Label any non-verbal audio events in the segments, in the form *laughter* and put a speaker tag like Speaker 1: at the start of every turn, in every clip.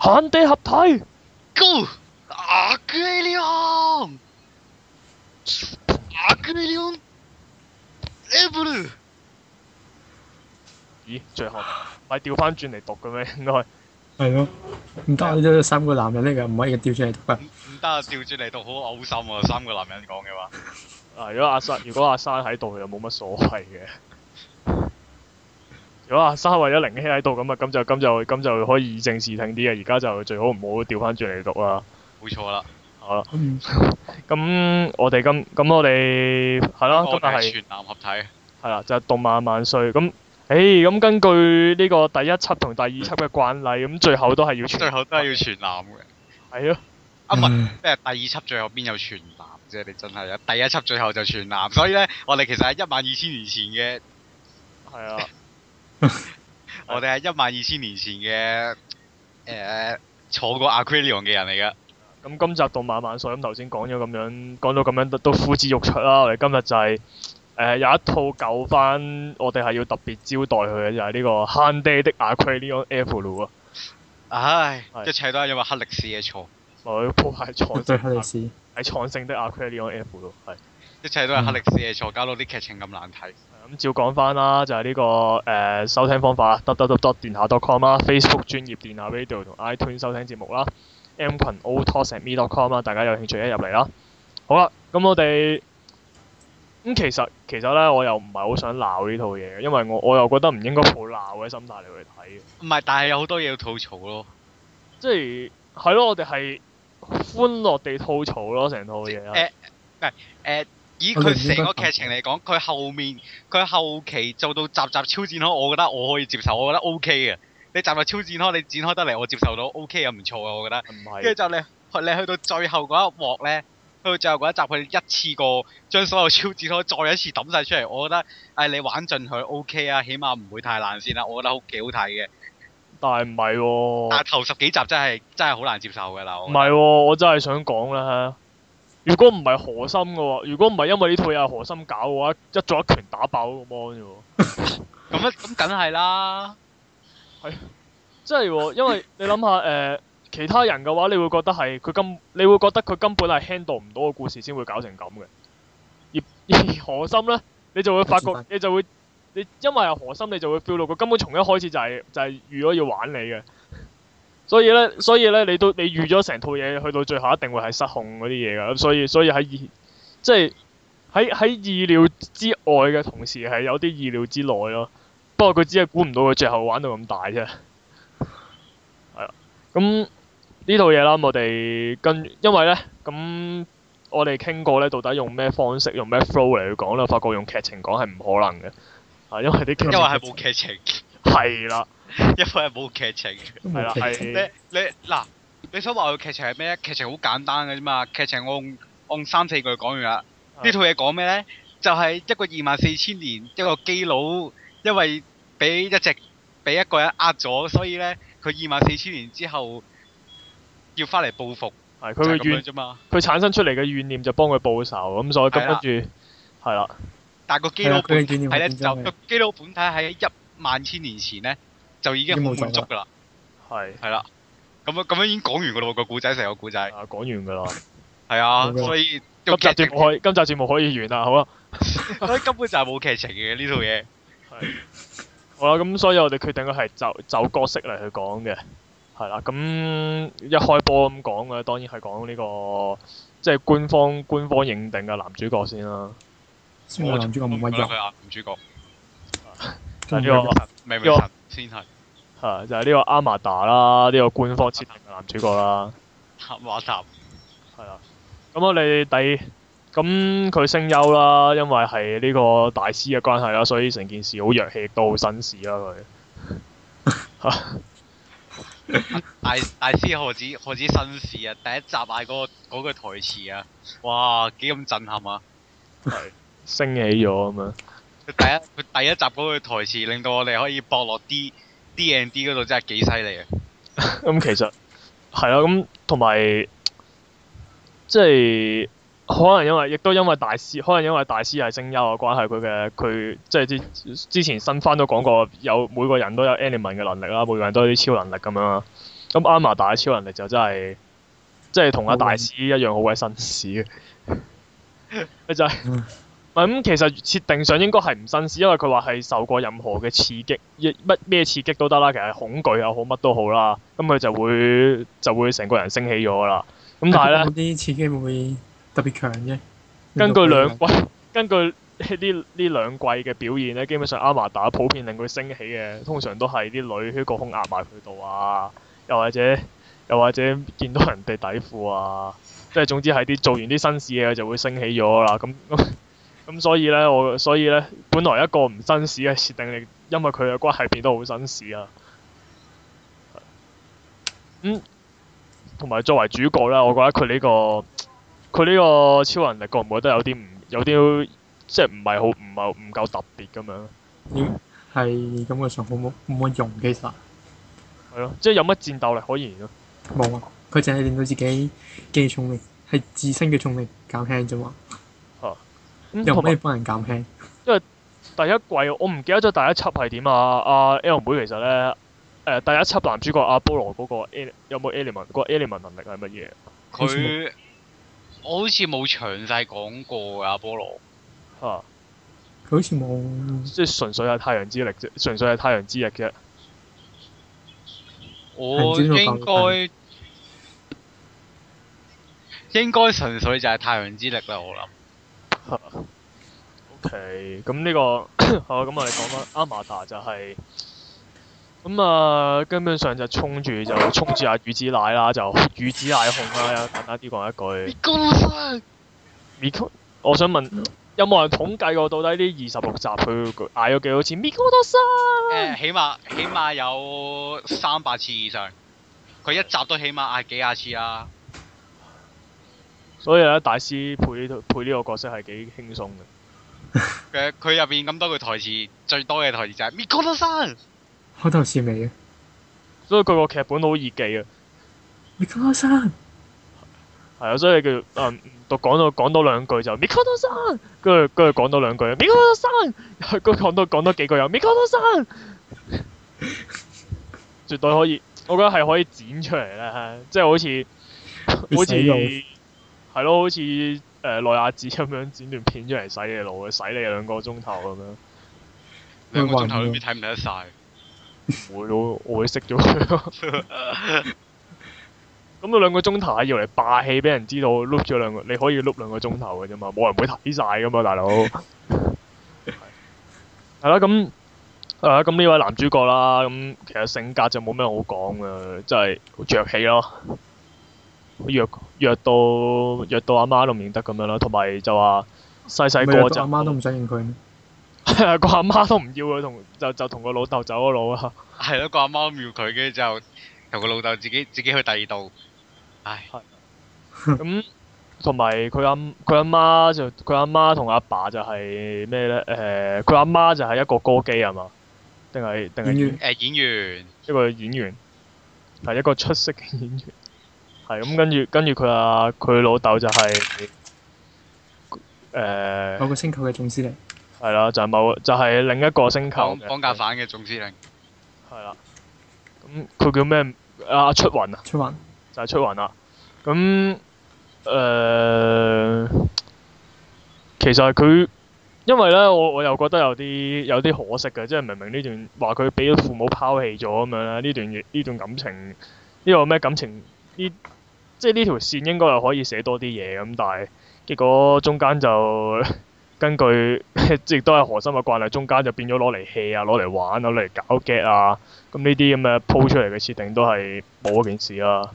Speaker 1: 限地合體。
Speaker 2: Go！阿基利安，阿基利安，エブル。
Speaker 1: 咦？最後咪調翻轉嚟讀嘅咩？ *laughs* 應該
Speaker 3: 係咯，唔得，呢都三個男人嚟㗎，唔可以調轉嚟讀㗎。
Speaker 2: 唔得啊！調轉嚟讀好嘔心啊！三個男人講嘅話，
Speaker 1: 啊，如果阿生如果阿生喺度又冇乜所謂嘅。 *laughs* 如果阿生為咗靈希喺度咁啊，咁就咁就咁就可以以正視聽啲嘅。而家就最好唔好調翻轉嚟讀啊啦。
Speaker 2: 冇錯啦。
Speaker 1: 好啦，
Speaker 3: 嗯
Speaker 1: 咁我哋今咁我哋係啦，
Speaker 2: 我
Speaker 1: 今日
Speaker 2: 哋
Speaker 1: 係
Speaker 2: 係。全男合體。
Speaker 1: 係啦，就係、動漫萬歲咁。誒咁根據呢個第一輯同第二輯嘅慣例，咁最後都係要全
Speaker 2: 最後都係要全男嘅。
Speaker 1: 係咯，
Speaker 2: 啊唔係，即係第二輯最後邊有全男啫？你真係啊！第一輯最後就全男，所以咧，我哋其實喺一萬二千年前嘅，
Speaker 1: 係啊，
Speaker 2: 我哋係一萬二千年前嘅，誒、坐過 Aquarion 嘅人嚟噶。
Speaker 1: 咁今集動漫萬歲咁頭先講咗咁樣，講到咁樣都都呼之欲出啦。我哋今日就係、誒、有一套舊翻，我哋係要特別招待佢嘅，就係、呢個《慳爹的 Aquarium Air b l u 啊，
Speaker 2: 唉，
Speaker 1: 係
Speaker 2: 一切都係因為黑歷史嘅錯，
Speaker 1: 我鋪喺創
Speaker 3: *laughs* 對黑歷
Speaker 1: 聖
Speaker 3: 史，
Speaker 1: 喺創聖的 Aquarium Air b l u 係。
Speaker 2: 一切都係黑歷史嘅錯，搞到啲劇情咁難睇。
Speaker 1: 咁照講翻啦，就係、呢、個誒、呃收聽方法 d o t d o t 電下 .com 啦，Facebook 專業電下 radio 同 iTunes 收聽節目啦，M 群 o t o s m e .com 啦，大家有興趣一入嚟啦。好啦，咁我哋咁、其實其實咧，我又唔係好想鬧呢套嘢嘅，因為我我又覺得唔應該抱鬧嘅心態嚟去睇嘅，
Speaker 2: 唔係，但係有好多嘢要吐槽咯。
Speaker 1: 即係係咯，我哋係歡樂地吐槽咯，成套嘢啊係
Speaker 2: 誒誒，以
Speaker 3: 我哋
Speaker 2: 佢
Speaker 3: 唔應
Speaker 2: 成
Speaker 3: 該
Speaker 2: 個劇情嚟講，佢後面佢後期做到集集超展開，我覺得我可以接受，我覺得 O K 嘅。你集集超展開，你展開得嚟，我接受到 O K 啊，唔錯啊，我覺得。
Speaker 1: 唔係？
Speaker 2: 跟住就你你去到最後嗰一幕咧，去到最後嗰一集，佢一次過將所有超展開再一次抌晒出嚟，我覺得誒、唉你玩盡佢 O K 啊，起碼唔會太爛先啦，我覺得好幾好睇嘅。
Speaker 3: 哦
Speaker 1: 但係唔係喎
Speaker 2: 但。係頭十幾集真係真係好難接受㗎啦，我
Speaker 1: 唔
Speaker 2: 覺得
Speaker 1: 係喎，我真係想講啦。如果唔係何心嘅喎，如果唔係因為呢套嘢係何心搞嘅話，一早一拳打爆嗰個 mon 啫喎。
Speaker 2: 咁一咁梗係啦，
Speaker 1: 真係喎，因為你諗下誒、呃其他人嘅話，你會覺得係佢根，你會覺得佢根本係 handle 唔到個故事先會搞成咁嘅。而而 *laughs* 何心呢，你就會發覺
Speaker 3: 我知，
Speaker 1: 你就會你因為係何心，你就會 feel 到佢根本從一開始就係、就係、預咗要玩你嘅。所以呢，所以呢，你都你預咗成套嘢去到最後一定會係失控嗰啲嘢㗎，咁所以所以喺意即係喺喺意料之外嘅同時係有啲意料之內咯。不過佢只係估唔到佢最後玩到咁大啫。咁呢套嘢啦，我哋跟因為呢，咁我哋傾過呢，到底用咩方式、用咩 flow 嚟去講咧？發覺用劇情講係唔可能嘅，啊，因為啲劇
Speaker 2: 因
Speaker 1: 情
Speaker 2: 為係冇劇情，
Speaker 1: *laughs*
Speaker 2: *laughs*
Speaker 1: 係啦，
Speaker 2: 因為係冇劇情。
Speaker 3: 都
Speaker 1: 係啦，
Speaker 3: 冇劇情。
Speaker 2: 你
Speaker 1: 係
Speaker 2: 你嗱，你想話佢劇情係咩咧？劇情好簡單嘅啫嘛，劇情我用我用三四句講完啦。
Speaker 1: 啊
Speaker 2: 呢套嘢講咩咧？就係、一個二萬四千年一個基佬，因為俾一隻俾一個人呃咗，所以咧佢二萬四千年之後要翻嚟報復，
Speaker 1: 係
Speaker 2: 就
Speaker 1: 佢
Speaker 2: 係
Speaker 1: 嘅
Speaker 2: 咁樣
Speaker 1: 怨，
Speaker 2: 啫嘛。
Speaker 1: 佢產生出嚟嘅怨念就幫佢報仇，咁所以
Speaker 2: 係
Speaker 1: 咁
Speaker 2: 啦
Speaker 1: 跟住係啦，
Speaker 2: 但係個基
Speaker 3: 係
Speaker 2: 佬
Speaker 3: 啦，佢
Speaker 2: 本
Speaker 3: 嘅
Speaker 2: 體
Speaker 3: 紀念
Speaker 2: 咧
Speaker 3: 係
Speaker 2: 就
Speaker 3: 點
Speaker 2: 個基佬本體喺一萬千年前咧就已經好
Speaker 3: 已經冇
Speaker 2: 滿
Speaker 3: 咗
Speaker 2: 足㗎
Speaker 3: 啦
Speaker 2: 啦，
Speaker 1: 係
Speaker 2: 係啦。咁樣咁樣已經講完㗎咯喎，個故仔成個故仔
Speaker 1: 啊講完㗎啦，
Speaker 2: 係啊，
Speaker 3: 冇咗
Speaker 2: 所以
Speaker 1: 今
Speaker 2: 用
Speaker 1: 集
Speaker 2: 劇情
Speaker 1: 節目可以，今集節目可以完啦，好啊啦，
Speaker 2: 所以根本就係冇劇情嘅呢套嘢。
Speaker 1: 好啦，咁所以我哋決定嘅係就就角色嚟去講嘅，係啦，咁一開波咁講嘅，當然係講呢個即係官方官方認定嘅男主角先啦。
Speaker 3: 雖然個男主角冇
Speaker 2: 我
Speaker 3: 乜
Speaker 2: 覺得佢係
Speaker 3: 用，
Speaker 2: 男主角，
Speaker 3: 都冇
Speaker 1: 呢個
Speaker 3: 乜用
Speaker 2: 明明
Speaker 1: 呢個
Speaker 2: 神先係
Speaker 1: 係就係呢個阿瑪達啦，呢、個官方設定嘅男主角啦，
Speaker 2: 黑馬塔，
Speaker 1: 係啦。咁我哋第咁佢升優啦，因為係呢個大師嘅關係啦，所以成件事好弱氣，亦都好紳士啦佢。
Speaker 2: 大大師何止何止紳士啊！第一集嗌嗰個嗰句台詞啊，哇幾咁震撼啊！
Speaker 1: 升起咗咁樣，
Speaker 2: 佢第一佢第一集嗰句台詞令到我哋可以博落 D D N D 嗰度真係幾犀利啊！
Speaker 1: 咁其實係啦，咁同埋即係可能因為亦都因為大師，可能因為大師係升優嘅關係，佢嘅佢即係之之前新番都講過，有每個人都有 element 嘅能力啦，每個人都有啲超能力咁樣啦。咁阿瑪大超能力就真係，即係同阿大師一樣好鬼紳士嘅。 *laughs* 佢就係、唔
Speaker 3: 嗯
Speaker 1: 係咁，其實設定上應該係唔紳士，因為佢話係受過任何嘅刺激，一乜咩刺激都得啦。其實係恐懼又好，乜都好啦。咁佢就會就會成個人升起咗㗎啦。咁但係咧。
Speaker 3: 咁啲刺激會唔會特別強啫？
Speaker 1: 根據兩
Speaker 3: 令
Speaker 1: 季， *laughs* 根據呢呢兩季嘅表現咧，基本上阿瑪達普遍令佢升起嘅，通常都係啲女喺個胸壓埋佢度啊，又或者又或者見到人哋底褲啊，即係總之係啲做完啲紳士嘢就會升起咗啦。咁咁 *laughs* 咁所以咧，我所以咧，本來一個唔紳士嘅設定力，因為佢嘅關係變得好紳士啊。嗯，同埋作為主角咧，我覺得佢呢、個。佢呢個超能力覺唔覺得有啲唔有啲即係唔係好唔係唔夠特別咁樣？
Speaker 3: 佢強係咁嘅上好冇冇乜用，其實
Speaker 1: 係咯，即係有乜戰鬥力可言咯？
Speaker 3: 冇啊。佢淨係令到自己嘅重力係自身嘅重力減輕啫嘛，
Speaker 1: 咁
Speaker 3: 又唔
Speaker 1: 嗯同
Speaker 3: 可以
Speaker 1: 埋
Speaker 3: 幫人減輕。
Speaker 1: 第一季我唔記得咗第一輯係點啊！阿 L 妹其實咧誒、第一輯男主角阿波羅嗰個 ele- 有冇 element 嗰個 element 能力係乜嘢？
Speaker 3: 好似
Speaker 2: 佢我好似冇詳細講過㗎阿波羅，
Speaker 1: 嚇、
Speaker 3: 佢好似冇
Speaker 1: 即係純粹係太陽之力啫，純粹係太陽之力啫。
Speaker 2: 我
Speaker 3: 知道
Speaker 2: 應
Speaker 3: 講
Speaker 2: 該應該純粹就係太陽之力啦，我諗。
Speaker 1: OK，咁呢、個 *coughs* 好咁我哋講翻阿瑪達就係、咁啊，根本上就衝住就衝住阿乳子奶啦，就 *laughs* 乳子奶控啦，簡單啲講一句。
Speaker 2: 高生，
Speaker 1: Miko，我想問有冇人統計過到底呢二十六集佢嗌咗幾多次 Miko 多生？
Speaker 2: 誒起碼起碼有三百次以上，佢一集都起碼嗌幾廿次啊啦。
Speaker 1: 所以咧，大師配呢配呢個角色係幾輕鬆嘅。
Speaker 2: 佢佢入邊咁多句台詞，最多嘅台詞就係 m i k o d 生，
Speaker 3: 開頭是尾嘅。
Speaker 1: 所以佢個劇本好易記啊，
Speaker 3: 你高生
Speaker 1: 係啊，所以叫嗯讀講到講多兩句就 Miko 多生，跟住跟住講多兩句 Miko 多 *laughs* 生，跟住講多講多幾句又 Miko 多生， *laughs* 絕對可以，我覺得係可以剪出嚟咧，即係好似好似
Speaker 3: 洗腦
Speaker 1: 係咯，好似誒內亞子咁樣剪段片出嚟洗你腦，洗你兩個鐘頭咁樣。
Speaker 2: 兩個鐘頭裏面睇唔睇得晒？
Speaker 1: 會咯，我會識咗佢咯。 *laughs* 咁佢兩個鐘頭係要嚟霸氣，俾人知道碌咗兩個，你可以碌兩個鐘頭嘅啫嘛，冇人會睇晒噶嘛，大佬。係係啦，咁係啦，咁呢位男主角啦，咁其實性格就冇咩好講嘅，真係好着氣咯，弱弱到弱到阿媽都唔認得咁樣啦，同埋就話細細
Speaker 3: 咪
Speaker 1: 個
Speaker 3: 有
Speaker 1: 就啊
Speaker 3: 個阿媽都
Speaker 1: *laughs*
Speaker 3: 唔想認佢，
Speaker 1: 個阿媽都唔要佢，同就就同個老豆走咗路啊。
Speaker 2: 係咯，個阿媽瞄佢，跟住就同個老豆自己自己去第二度。唉，
Speaker 1: 咁同埋佢阿佢阿媽就佢阿媽同阿爸就係咩咧？誒、佢阿媽就係一個歌姬係嘛？定係定
Speaker 3: 演
Speaker 1: 係
Speaker 3: 員
Speaker 2: 誒演員
Speaker 1: 一個演員，係一個出色嘅演員。係咁，跟住跟住佢阿佢老豆就係、
Speaker 3: 某
Speaker 1: 誒
Speaker 3: 個星球嘅總司令，
Speaker 1: 係啦，就係、某就係、另一個星球
Speaker 2: 綁
Speaker 1: 嘅
Speaker 2: 綁架犯嘅總司令，
Speaker 1: 係啦。咁佢叫咩？阿、出雲啊！
Speaker 3: 出雲
Speaker 1: 就係出雲啦。咁誒、呃其實佢因為咧，我我又覺得有啲有啲可惜嘅，即係明明呢段話佢俾父母拋棄咗咁樣啦，呢段嘢呢段感情呢、個咩感情呢？即係呢條線應該係可以寫多啲嘢咁，但係結果中間就 *laughs* 根據 *laughs* 亦都係何心嘅慣例，中間就變咗攞嚟戲啊，攞嚟玩啊，攞嚟搞 g 啊，咁呢啲咁嘅鋪出嚟嘅設定都係冇嗰件事啦。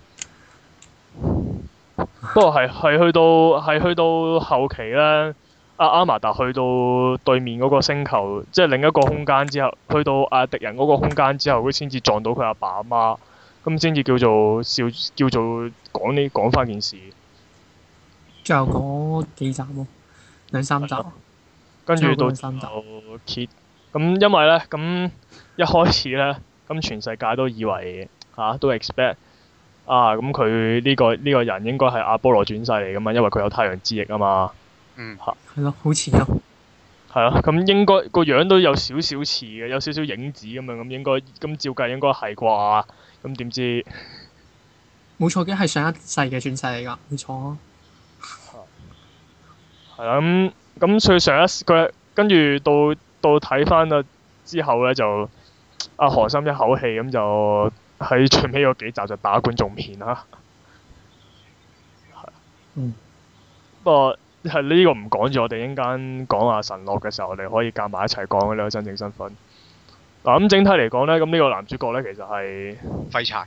Speaker 1: 不過係係去到係去到後期咧，阿阿瑪達去到對面嗰個星球，即係另一個空間之後，去到阿、敵人嗰個空間之後，佢先至撞到佢阿爸阿媽，咁先至叫做笑叫做講呢講翻件事，
Speaker 3: 最後嗰幾集咯，兩三集
Speaker 1: 係。跟住到
Speaker 3: 最後嗰三集
Speaker 1: 就揭咁，因為咧咁一開始咧，咁全世界都以為嚇、啊都 expect 啊咁佢呢個呢、個人應該係阿波羅轉世嚟噶嘛，因為佢有太陽之翼啊嘛。
Speaker 2: 嗯，
Speaker 3: 係咯，好似咯，
Speaker 1: 係啊，咁應該個樣都有少少似嘅，有少少影子咁樣，咁應該咁照計應該係啩？咁點知
Speaker 3: 冇錯嘅，係上一世嘅轉世嚟㗎，冇錯。啊
Speaker 1: 係啦，咁咁所以上一佢跟住到到睇翻啦之後咧，就阿、啊、何心一口氣咁就喺最尾嗰幾集就打觀眾面啦。
Speaker 3: 嗯。
Speaker 1: 不過係呢個唔講住，我哋一陣間講下神樂嘅時候，我哋可以夾埋一齊講呢個真正身份。嗱、咁整體嚟講咧，咁呢個男主角咧其實係
Speaker 2: 廢柴。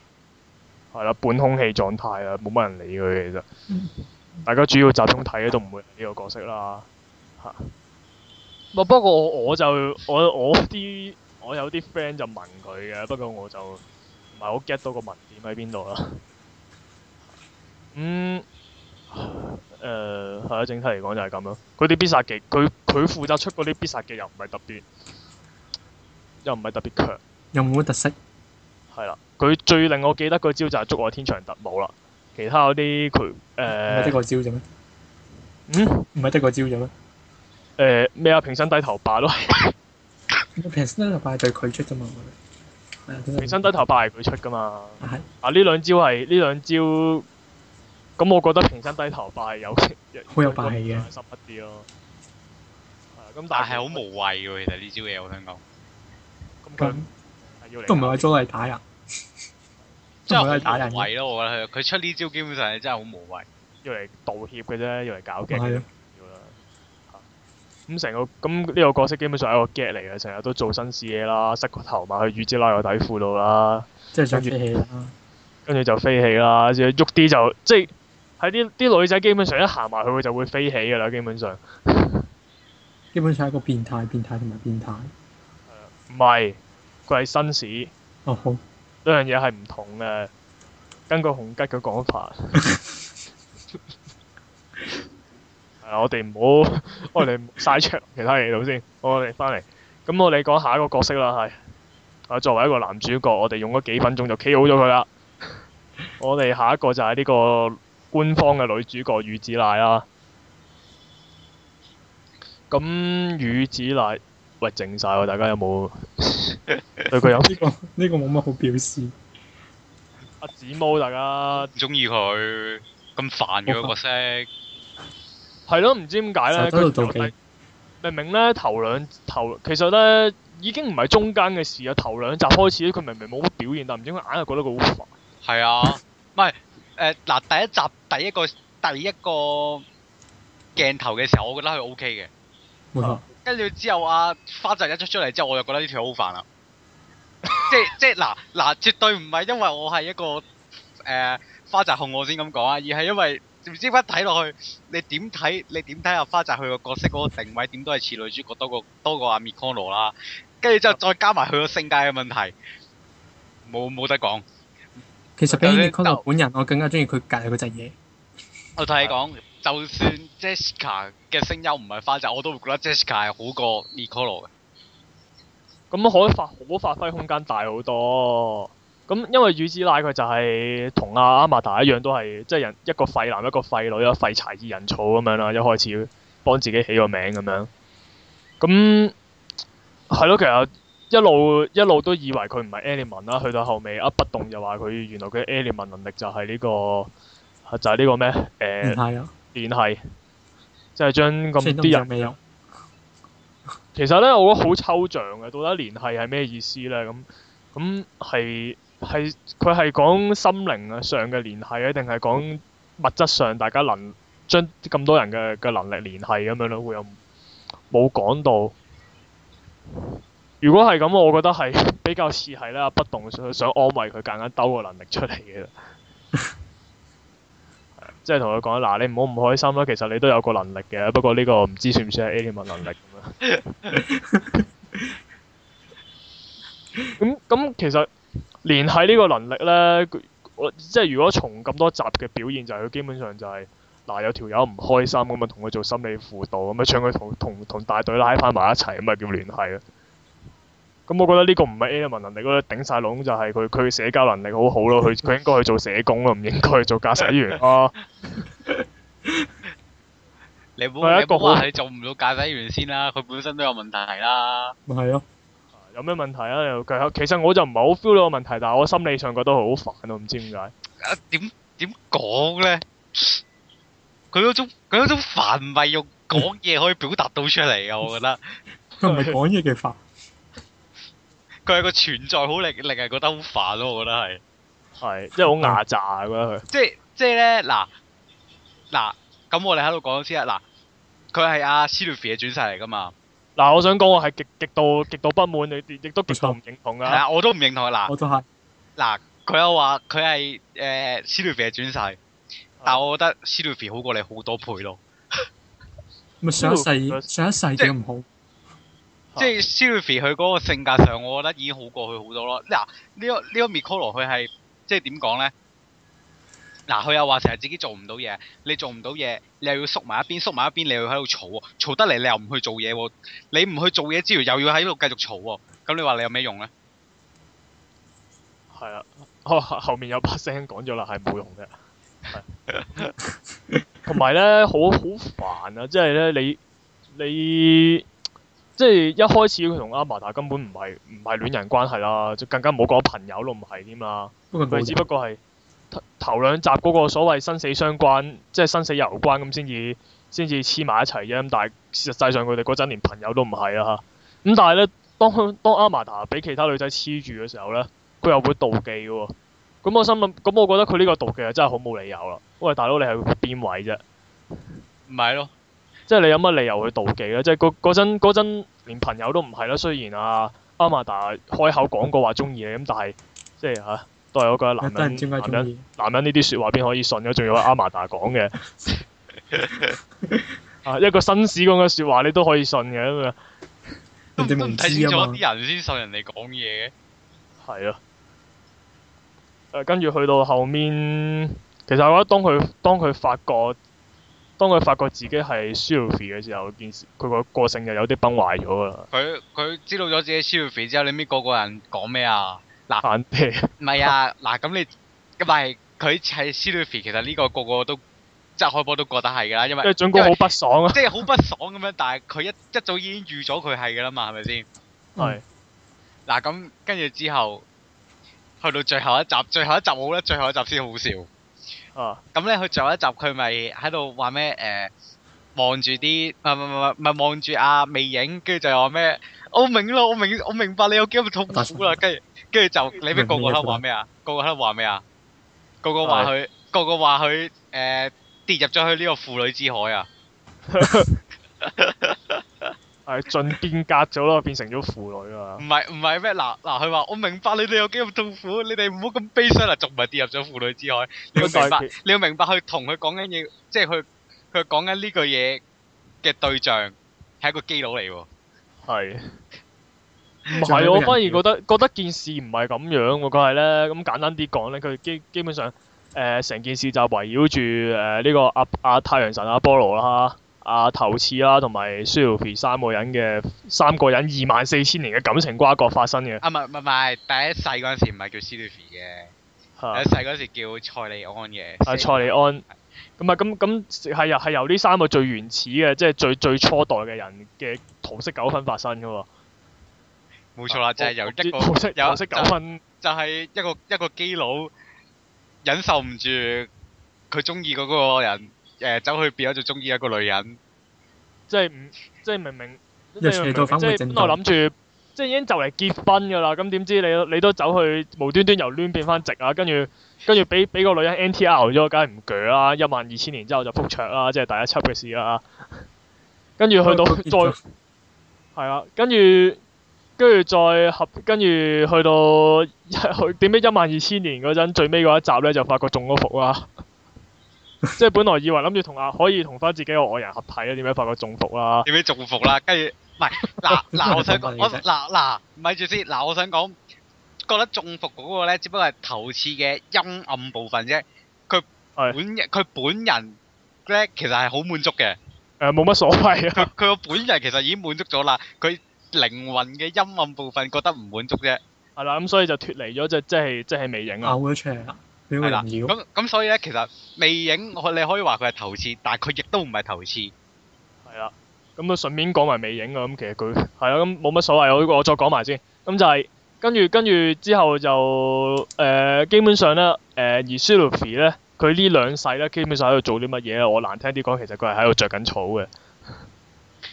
Speaker 1: 係啦，半空氣狀態啊啦，冇乜人理佢其實
Speaker 3: 嗯。
Speaker 1: 大家主要集中睇嘅都唔會係呢個角色啦，嚇、不不過我我就我我啲我有啲 friend 就問佢嘅，不過我就唔係好 get 到個文點喺邊度啦。嗯，誒係啊啦，整體嚟講就係咁咯。佢啲必殺技，佢佢負責出嗰啲必殺技又唔係特別，又唔係特別強。
Speaker 3: 又冇乜特色，
Speaker 1: 係啦，佢最令我記得嗰招就係捉我天長特務啦，其他嗰啲佢
Speaker 3: 唔係得
Speaker 1: 誒
Speaker 3: 個招啫咩？
Speaker 1: 嗯
Speaker 3: 唔係得個招啫咩？
Speaker 1: 誒咩啊平身低頭霸
Speaker 3: *laughs*
Speaker 1: 咯，
Speaker 3: 平時都係拜對佢出啫嘛，我哋係啊，真係
Speaker 1: 平身低頭霸係佢出噶嘛，
Speaker 3: 係
Speaker 1: 啊呢兩招係呢兩招，咁我覺得平身低頭霸係有
Speaker 3: *laughs* 好有霸氣嘅
Speaker 1: 深一啲咯，係啊咁
Speaker 2: 但
Speaker 1: 但
Speaker 2: 係
Speaker 1: 係
Speaker 2: 好無謂喎，其實呢招嘢我想講，
Speaker 1: 咁佢
Speaker 3: 咁
Speaker 1: 係要嚟
Speaker 3: 都唔係話咗嚟啊打人，
Speaker 2: 真係
Speaker 3: 都唔係攞嚟
Speaker 2: 好
Speaker 3: 打人
Speaker 2: 無
Speaker 3: 嘅，
Speaker 2: 謂咯。我覺得佢佢出呢招基本上係真係好無謂。
Speaker 1: 要嚟道歉嘅啫，要嚟搞嘅。
Speaker 3: 係啊，
Speaker 1: 要啦。啊咁成個咁呢個角色基本上係一個 get 嚟嘅，成日都做紳士嘢啦，塞個頭埋去雨之拉個底褲度啦，
Speaker 3: 即係想住氣啦。
Speaker 1: 跟住就飛起啦，仲要喐啲就即係喺啲啲女仔基本上一行埋去佢就會飛起㗎啦，基本上
Speaker 3: 基本上係一個變態、變態同埋變態。
Speaker 1: 唔係佢係紳士，
Speaker 3: 哦，好，
Speaker 1: 兩樣嘢係唔同嘅。根據紅吉嘅講法，係啊我哋唔好， *laughs* 我哋唔好嘥場其他嘢度先。我哋翻嚟，咁我哋講下一個角色啦，係啊，作為一個男主角，我哋用咗幾分鐘就 K.O. 咗佢啦。我哋下一個就係呢個官方嘅女主角宇子乃啦。咁宇子乃，喂靜晒喎！大家有冇對佢有
Speaker 3: 呢個呢個冇乜好表示。
Speaker 1: 阿子毛，大家
Speaker 2: 唔中意佢咁煩嘅個
Speaker 3: *laughs*
Speaker 2: 角色，
Speaker 1: 係咯，唔知點解咧，
Speaker 3: 成日
Speaker 1: 佢
Speaker 3: 喺度妒忌
Speaker 1: 頭明明咧頭兩頭，其實咧已經唔係中間嘅事啊。頭兩集開始，佢明明冇乜表現，但唔知點解硬係覺得佢好煩。
Speaker 2: 係啊，唔係誒嗱第一集第一個第一個鏡頭嘅時候，我覺得佢 O K 嘅。
Speaker 3: 冇錯，
Speaker 2: 跟住之後啊，花澤一出出嚟之後，我就覺得呢條好煩啦。 *laughs* 即即嗱嗱，絕對唔係因為我係一個誒、呃花澤控我先咁講啊，而係因為唔知點解睇落去，你點睇你點睇阿花澤佢個角色嗰個定位點都係似女主角多過多過阿 Mikano 啦。跟住之後再加埋佢個性格嘅問題，冇冇得講。
Speaker 3: 其實比起
Speaker 2: 有啲
Speaker 3: n i c o l 本人，我更加中意佢隔離嗰隻嘢。
Speaker 2: 我同你講，就算 Jessica 嘅聲優唔係花澤，我都會覺得 Jessica 係好過 Mikano 嘅。
Speaker 1: 咁可發可發揮空間大好多。咁因為宇子乃佢就係同阿阿瑪達一樣，都係即係人一個廢男一個廢女啦，廢柴二人草咁樣啦。一開始幫自己起個名咁樣。咁係咯，其實一路一路都以為佢唔係 element 啦，去到後尾一不動就話佢原來佢 element 能力就係呢、個就係呢個咩誒、
Speaker 3: 唔係啊，
Speaker 1: 聯繫，即係將咁
Speaker 3: 雖然都唔
Speaker 1: 啲人
Speaker 3: 知。未有。
Speaker 1: 其實咧，我覺得好抽象嘅，到底聯繫係咩意思咧？咁咁係係佢係講心靈啊上嘅聯繫啊，定係講物質上大家能將咁多人嘅嘅能力聯繫咁樣咯？會有冇講到？如果係咁，我覺得係 *laughs* 比較似係啦，不動想想安慰佢，夾硬兜個能力出嚟嘅。 *laughs* 係啊即係同佢講嗱，你唔好唔開心啦，其實你都有個能力嘅，不過呢個唔知算唔算係 alien 能力咁樣。咁咁其實聯繫呢個能力咧，佢我即係如果從咁多集嘅表現就係佢基本上就係、嗱有條友唔開心咁啊，同佢做心理輔導咁啊，將佢同同同大隊拉翻埋一齊咁啊，叫聯繫啊。咁我覺得呢個唔係 element 能力咯，頂晒籠就係佢佢社交能力好好咯，佢佢應該去做社工咯，唔應該去做駕駛員咯。
Speaker 2: 你唔
Speaker 1: 係啊
Speaker 2: 好
Speaker 1: 一
Speaker 2: 你
Speaker 1: 個
Speaker 2: 唔
Speaker 1: 好
Speaker 2: 好話佢做唔到駕駛員先啦，佢本身都有問題啦。
Speaker 3: 咪係咯，
Speaker 1: 有咩問題啊？又其實其實我就唔係好 feel 到個問題，但係我心理上覺得佢好煩咯，唔知點解。
Speaker 2: 啊點點講咧？佢嗰種佢嗰種煩咪用講嘢可以表達到出嚟
Speaker 1: *laughs*
Speaker 2: 嘅，我覺得
Speaker 3: 佢唔係講嘢嘅法，
Speaker 2: 佢係個存在好令令人覺得好煩咯，我覺得係。
Speaker 1: 係，即係好牙炸啊！覺得佢
Speaker 2: 即係即係咧嗱嗱，咁我哋喺度講先啦。嗱，佢係阿 s y l v i 嘅轉世嚟噶嘛？
Speaker 1: 嗱，我想講我係極極度極度不滿，你亦都極度唔認同
Speaker 2: 係
Speaker 1: 㗎。
Speaker 2: 啊，我都唔認同。嗱
Speaker 3: 我都係
Speaker 2: 嗱，佢又話佢係誒 s y l v i 嘅轉世，但我覺得 s y l v i 好過你好多倍咯。
Speaker 3: 咪上一世上一世點唔
Speaker 1: 啊
Speaker 2: 即係 s y l v i 佢嗰個性格上，我覺得已經好過佢好多咯。嗱，呢個呢個 Mikolo 佢係即係點講咧？嗱，佢又話成日自己做唔到嘢，你做唔到嘢，你又要縮埋一邊，縮埋一邊，你又要喺度嘈喎，嘈得嚟你又唔去做嘢喎，你唔去做嘢之餘又要喺度繼續嘈喎，咁你話你有咩用咧？
Speaker 1: 係啊， *laughs* 哦後面有把聲講咗啦，係冇用嘅。係同埋咧，好好煩啊！即係咧，你你即係一開始佢同阿瑪達根本唔係唔係戀人關係啦，就更加冇講朋友都唔係添啦。
Speaker 3: 好？不過
Speaker 1: 佢只
Speaker 3: 冇
Speaker 1: 不過係頭頭兩集嗰個所謂生死相關，即係生死攸關咁先至先至黐埋一齊啫。咁但係實際上佢哋嗰陣連朋友都唔係啦嚇。咁但係咧，當當阿瑪達俾其他女仔黐住嘅時候咧，佢又會妒忌嘅喎。咁我心諗，咁我覺得佢呢個妒忌係真係好冇理由啦。喂，大佬你係邊位啫？
Speaker 2: 唔係
Speaker 3: *laughs*
Speaker 2: 咯，
Speaker 1: 即係你有乜理由去妒忌咧？即係嗰嗰陣嗰陣連朋友都唔係啦。雖然啊阿瑪達開口講過話中意你，咁但係即係嚇、啊都係嗰個
Speaker 3: 得
Speaker 1: 男
Speaker 3: 人
Speaker 1: 人
Speaker 3: 點解
Speaker 1: 男人
Speaker 3: 中意？
Speaker 1: 男人呢啲説話邊可以信嘅？仲要係阿瑪達講
Speaker 2: *laughs*
Speaker 1: 嘅，啊一個紳士講嘅説話你都可以信嘅咁樣，
Speaker 2: 都
Speaker 3: 人哋
Speaker 2: 都
Speaker 3: 明
Speaker 2: 唔睇清
Speaker 3: 知
Speaker 2: 楚
Speaker 3: 啊嘛，
Speaker 2: 啲人先信人哋講嘢嘅。
Speaker 1: 係啊。誒跟住去到後面，其實我覺得當佢當佢發覺，當佢發覺自己係 Sylvie 嘅時候，件事佢個個性就有啲崩壞咗㗎啦。
Speaker 2: 佢佢知道咗自己 s y l v i 之後，你咪個個人講咩啊？
Speaker 1: 反地
Speaker 2: 唔係啊，嗱咁你唔係佢係 s y l v i 其實呢個個個都即係開波都覺得係㗎啦，因為
Speaker 1: 即係準哥
Speaker 2: 因為
Speaker 1: 好不爽啊！
Speaker 2: 即係好不爽咁樣，但係佢一一早已經預咗佢係㗎啦嘛，係咪先？
Speaker 1: 係
Speaker 2: 嗱咁跟住之後，去到最後一集，最後一集我覺得最後一集先好笑。
Speaker 1: 啊
Speaker 2: 咁咧，佢最後一集佢咪喺度話咩誒？望住啲唔係唔係唔係唔係望住阿魅影，跟住就話咩？我明啦，我明我明白你有幾咁痛苦啦。跟住跟住就你咩個個喺度話咩啊？個個喺度話咩啊？個個話佢個個話佢誒跌入咗去呢個婦女之海啊！
Speaker 1: 係盡變革咗咯，變成咗婦女啊
Speaker 2: 唔！係唔係咩？嗱嗱，佢話我明白你哋有幾咁痛苦，你哋唔好咁悲傷啦，仲唔係跌入咗婦女之海？你要明白
Speaker 1: 咁但係其，
Speaker 2: 你要明白佢同佢講緊嘢，即係佢佢講緊呢句嘢嘅對象係一個基佬嚟喎。
Speaker 1: 係。唔
Speaker 3: 仲
Speaker 1: 係，
Speaker 3: 有個
Speaker 1: 我
Speaker 3: 人
Speaker 1: 反而覺
Speaker 3: 叫
Speaker 1: 得覺得件事唔係咁樣喎，佢係咧咁簡單啲講咧，佢基基本上誒成、件事就圍繞住誒呢個阿阿太陽神阿波羅啦、阿頭次啦同埋 s y l v i 三個人嘅三個人二萬四千年嘅感情瓜葛發生嘅。
Speaker 2: 啊，唔係唔係唔係，第一世嗰陣時唔係叫 Sylvie 嘅，第一
Speaker 1: 係
Speaker 2: 世嗰陣時叫蔡利安嘅。
Speaker 1: 阿塞利安咁啊，咁咁係由係由呢三個最原始嘅，即係最最初代嘅人嘅桃色糾紛發生嘅喎。
Speaker 2: 冇錯啦，就係由一個
Speaker 1: 桃色
Speaker 2: 有
Speaker 1: 桃色糾紛
Speaker 2: 就係一個一個基佬忍受唔住佢中意嗰個人，誒走去變咗做中意一個女人。
Speaker 1: 即係唔即係明明即
Speaker 3: 又
Speaker 1: 係
Speaker 3: 邪道反
Speaker 1: 即
Speaker 3: 回
Speaker 1: 係
Speaker 3: 正
Speaker 1: 本
Speaker 3: 道
Speaker 1: 來諗住即係已經就嚟結婚㗎啦，咁點知你你都走去無端端由攣變翻直啊，跟住跟住俾俾個女人 NTR 咗，梗係唔鋸啦！一萬二千年之後就覆桌啦，即係第一輯嘅事啦。跟住去到再係啊，跟住跟住再合，跟住去到去點解一萬二千年嗰陣最尾嗰一集咧，就發覺中咗伏
Speaker 3: *laughs*
Speaker 1: 啦。即係本來以為諗住同阿可以同翻自己個愛人合體啊咧，點解發覺中伏 *laughs* 啊啦？
Speaker 2: 點樣中伏啦？跟住唔係嗱嗱，我想講我嗱嗱，咪住先嗱，我想講覺得中伏嗰個咧，只不過係頭次嘅陰暗部分啫。佢
Speaker 1: 係
Speaker 2: 本人佢本人咧，其實係好滿足嘅。
Speaker 1: 誒冇乜所謂啊。
Speaker 2: 佢佢個本人其實已經滿足咗啦，佢靈魂嘅陰暗部分覺得唔滿足啫。
Speaker 1: *laughs* 係啦，咁所以就脱離咗即即係即係未影啊
Speaker 3: 咬。咗出嚟啦，俾個
Speaker 2: 係啦，
Speaker 3: 人妖。
Speaker 2: 咁咁所以咧，其實未影我你可以話佢係頭次，但係佢亦都唔係頭次。
Speaker 1: 係啦，咁啊順便講埋未影啊，咁其實佢係啊，咁冇乜所謂。我我再講埋先，咁就係、跟住跟住之後就誒、呃基本上咧誒、呃而 s u l f i 咧，佢呢兩世咧，基本上喺度做啲乜嘢咧？我難聽啲講，其實佢係喺度着緊草嘅。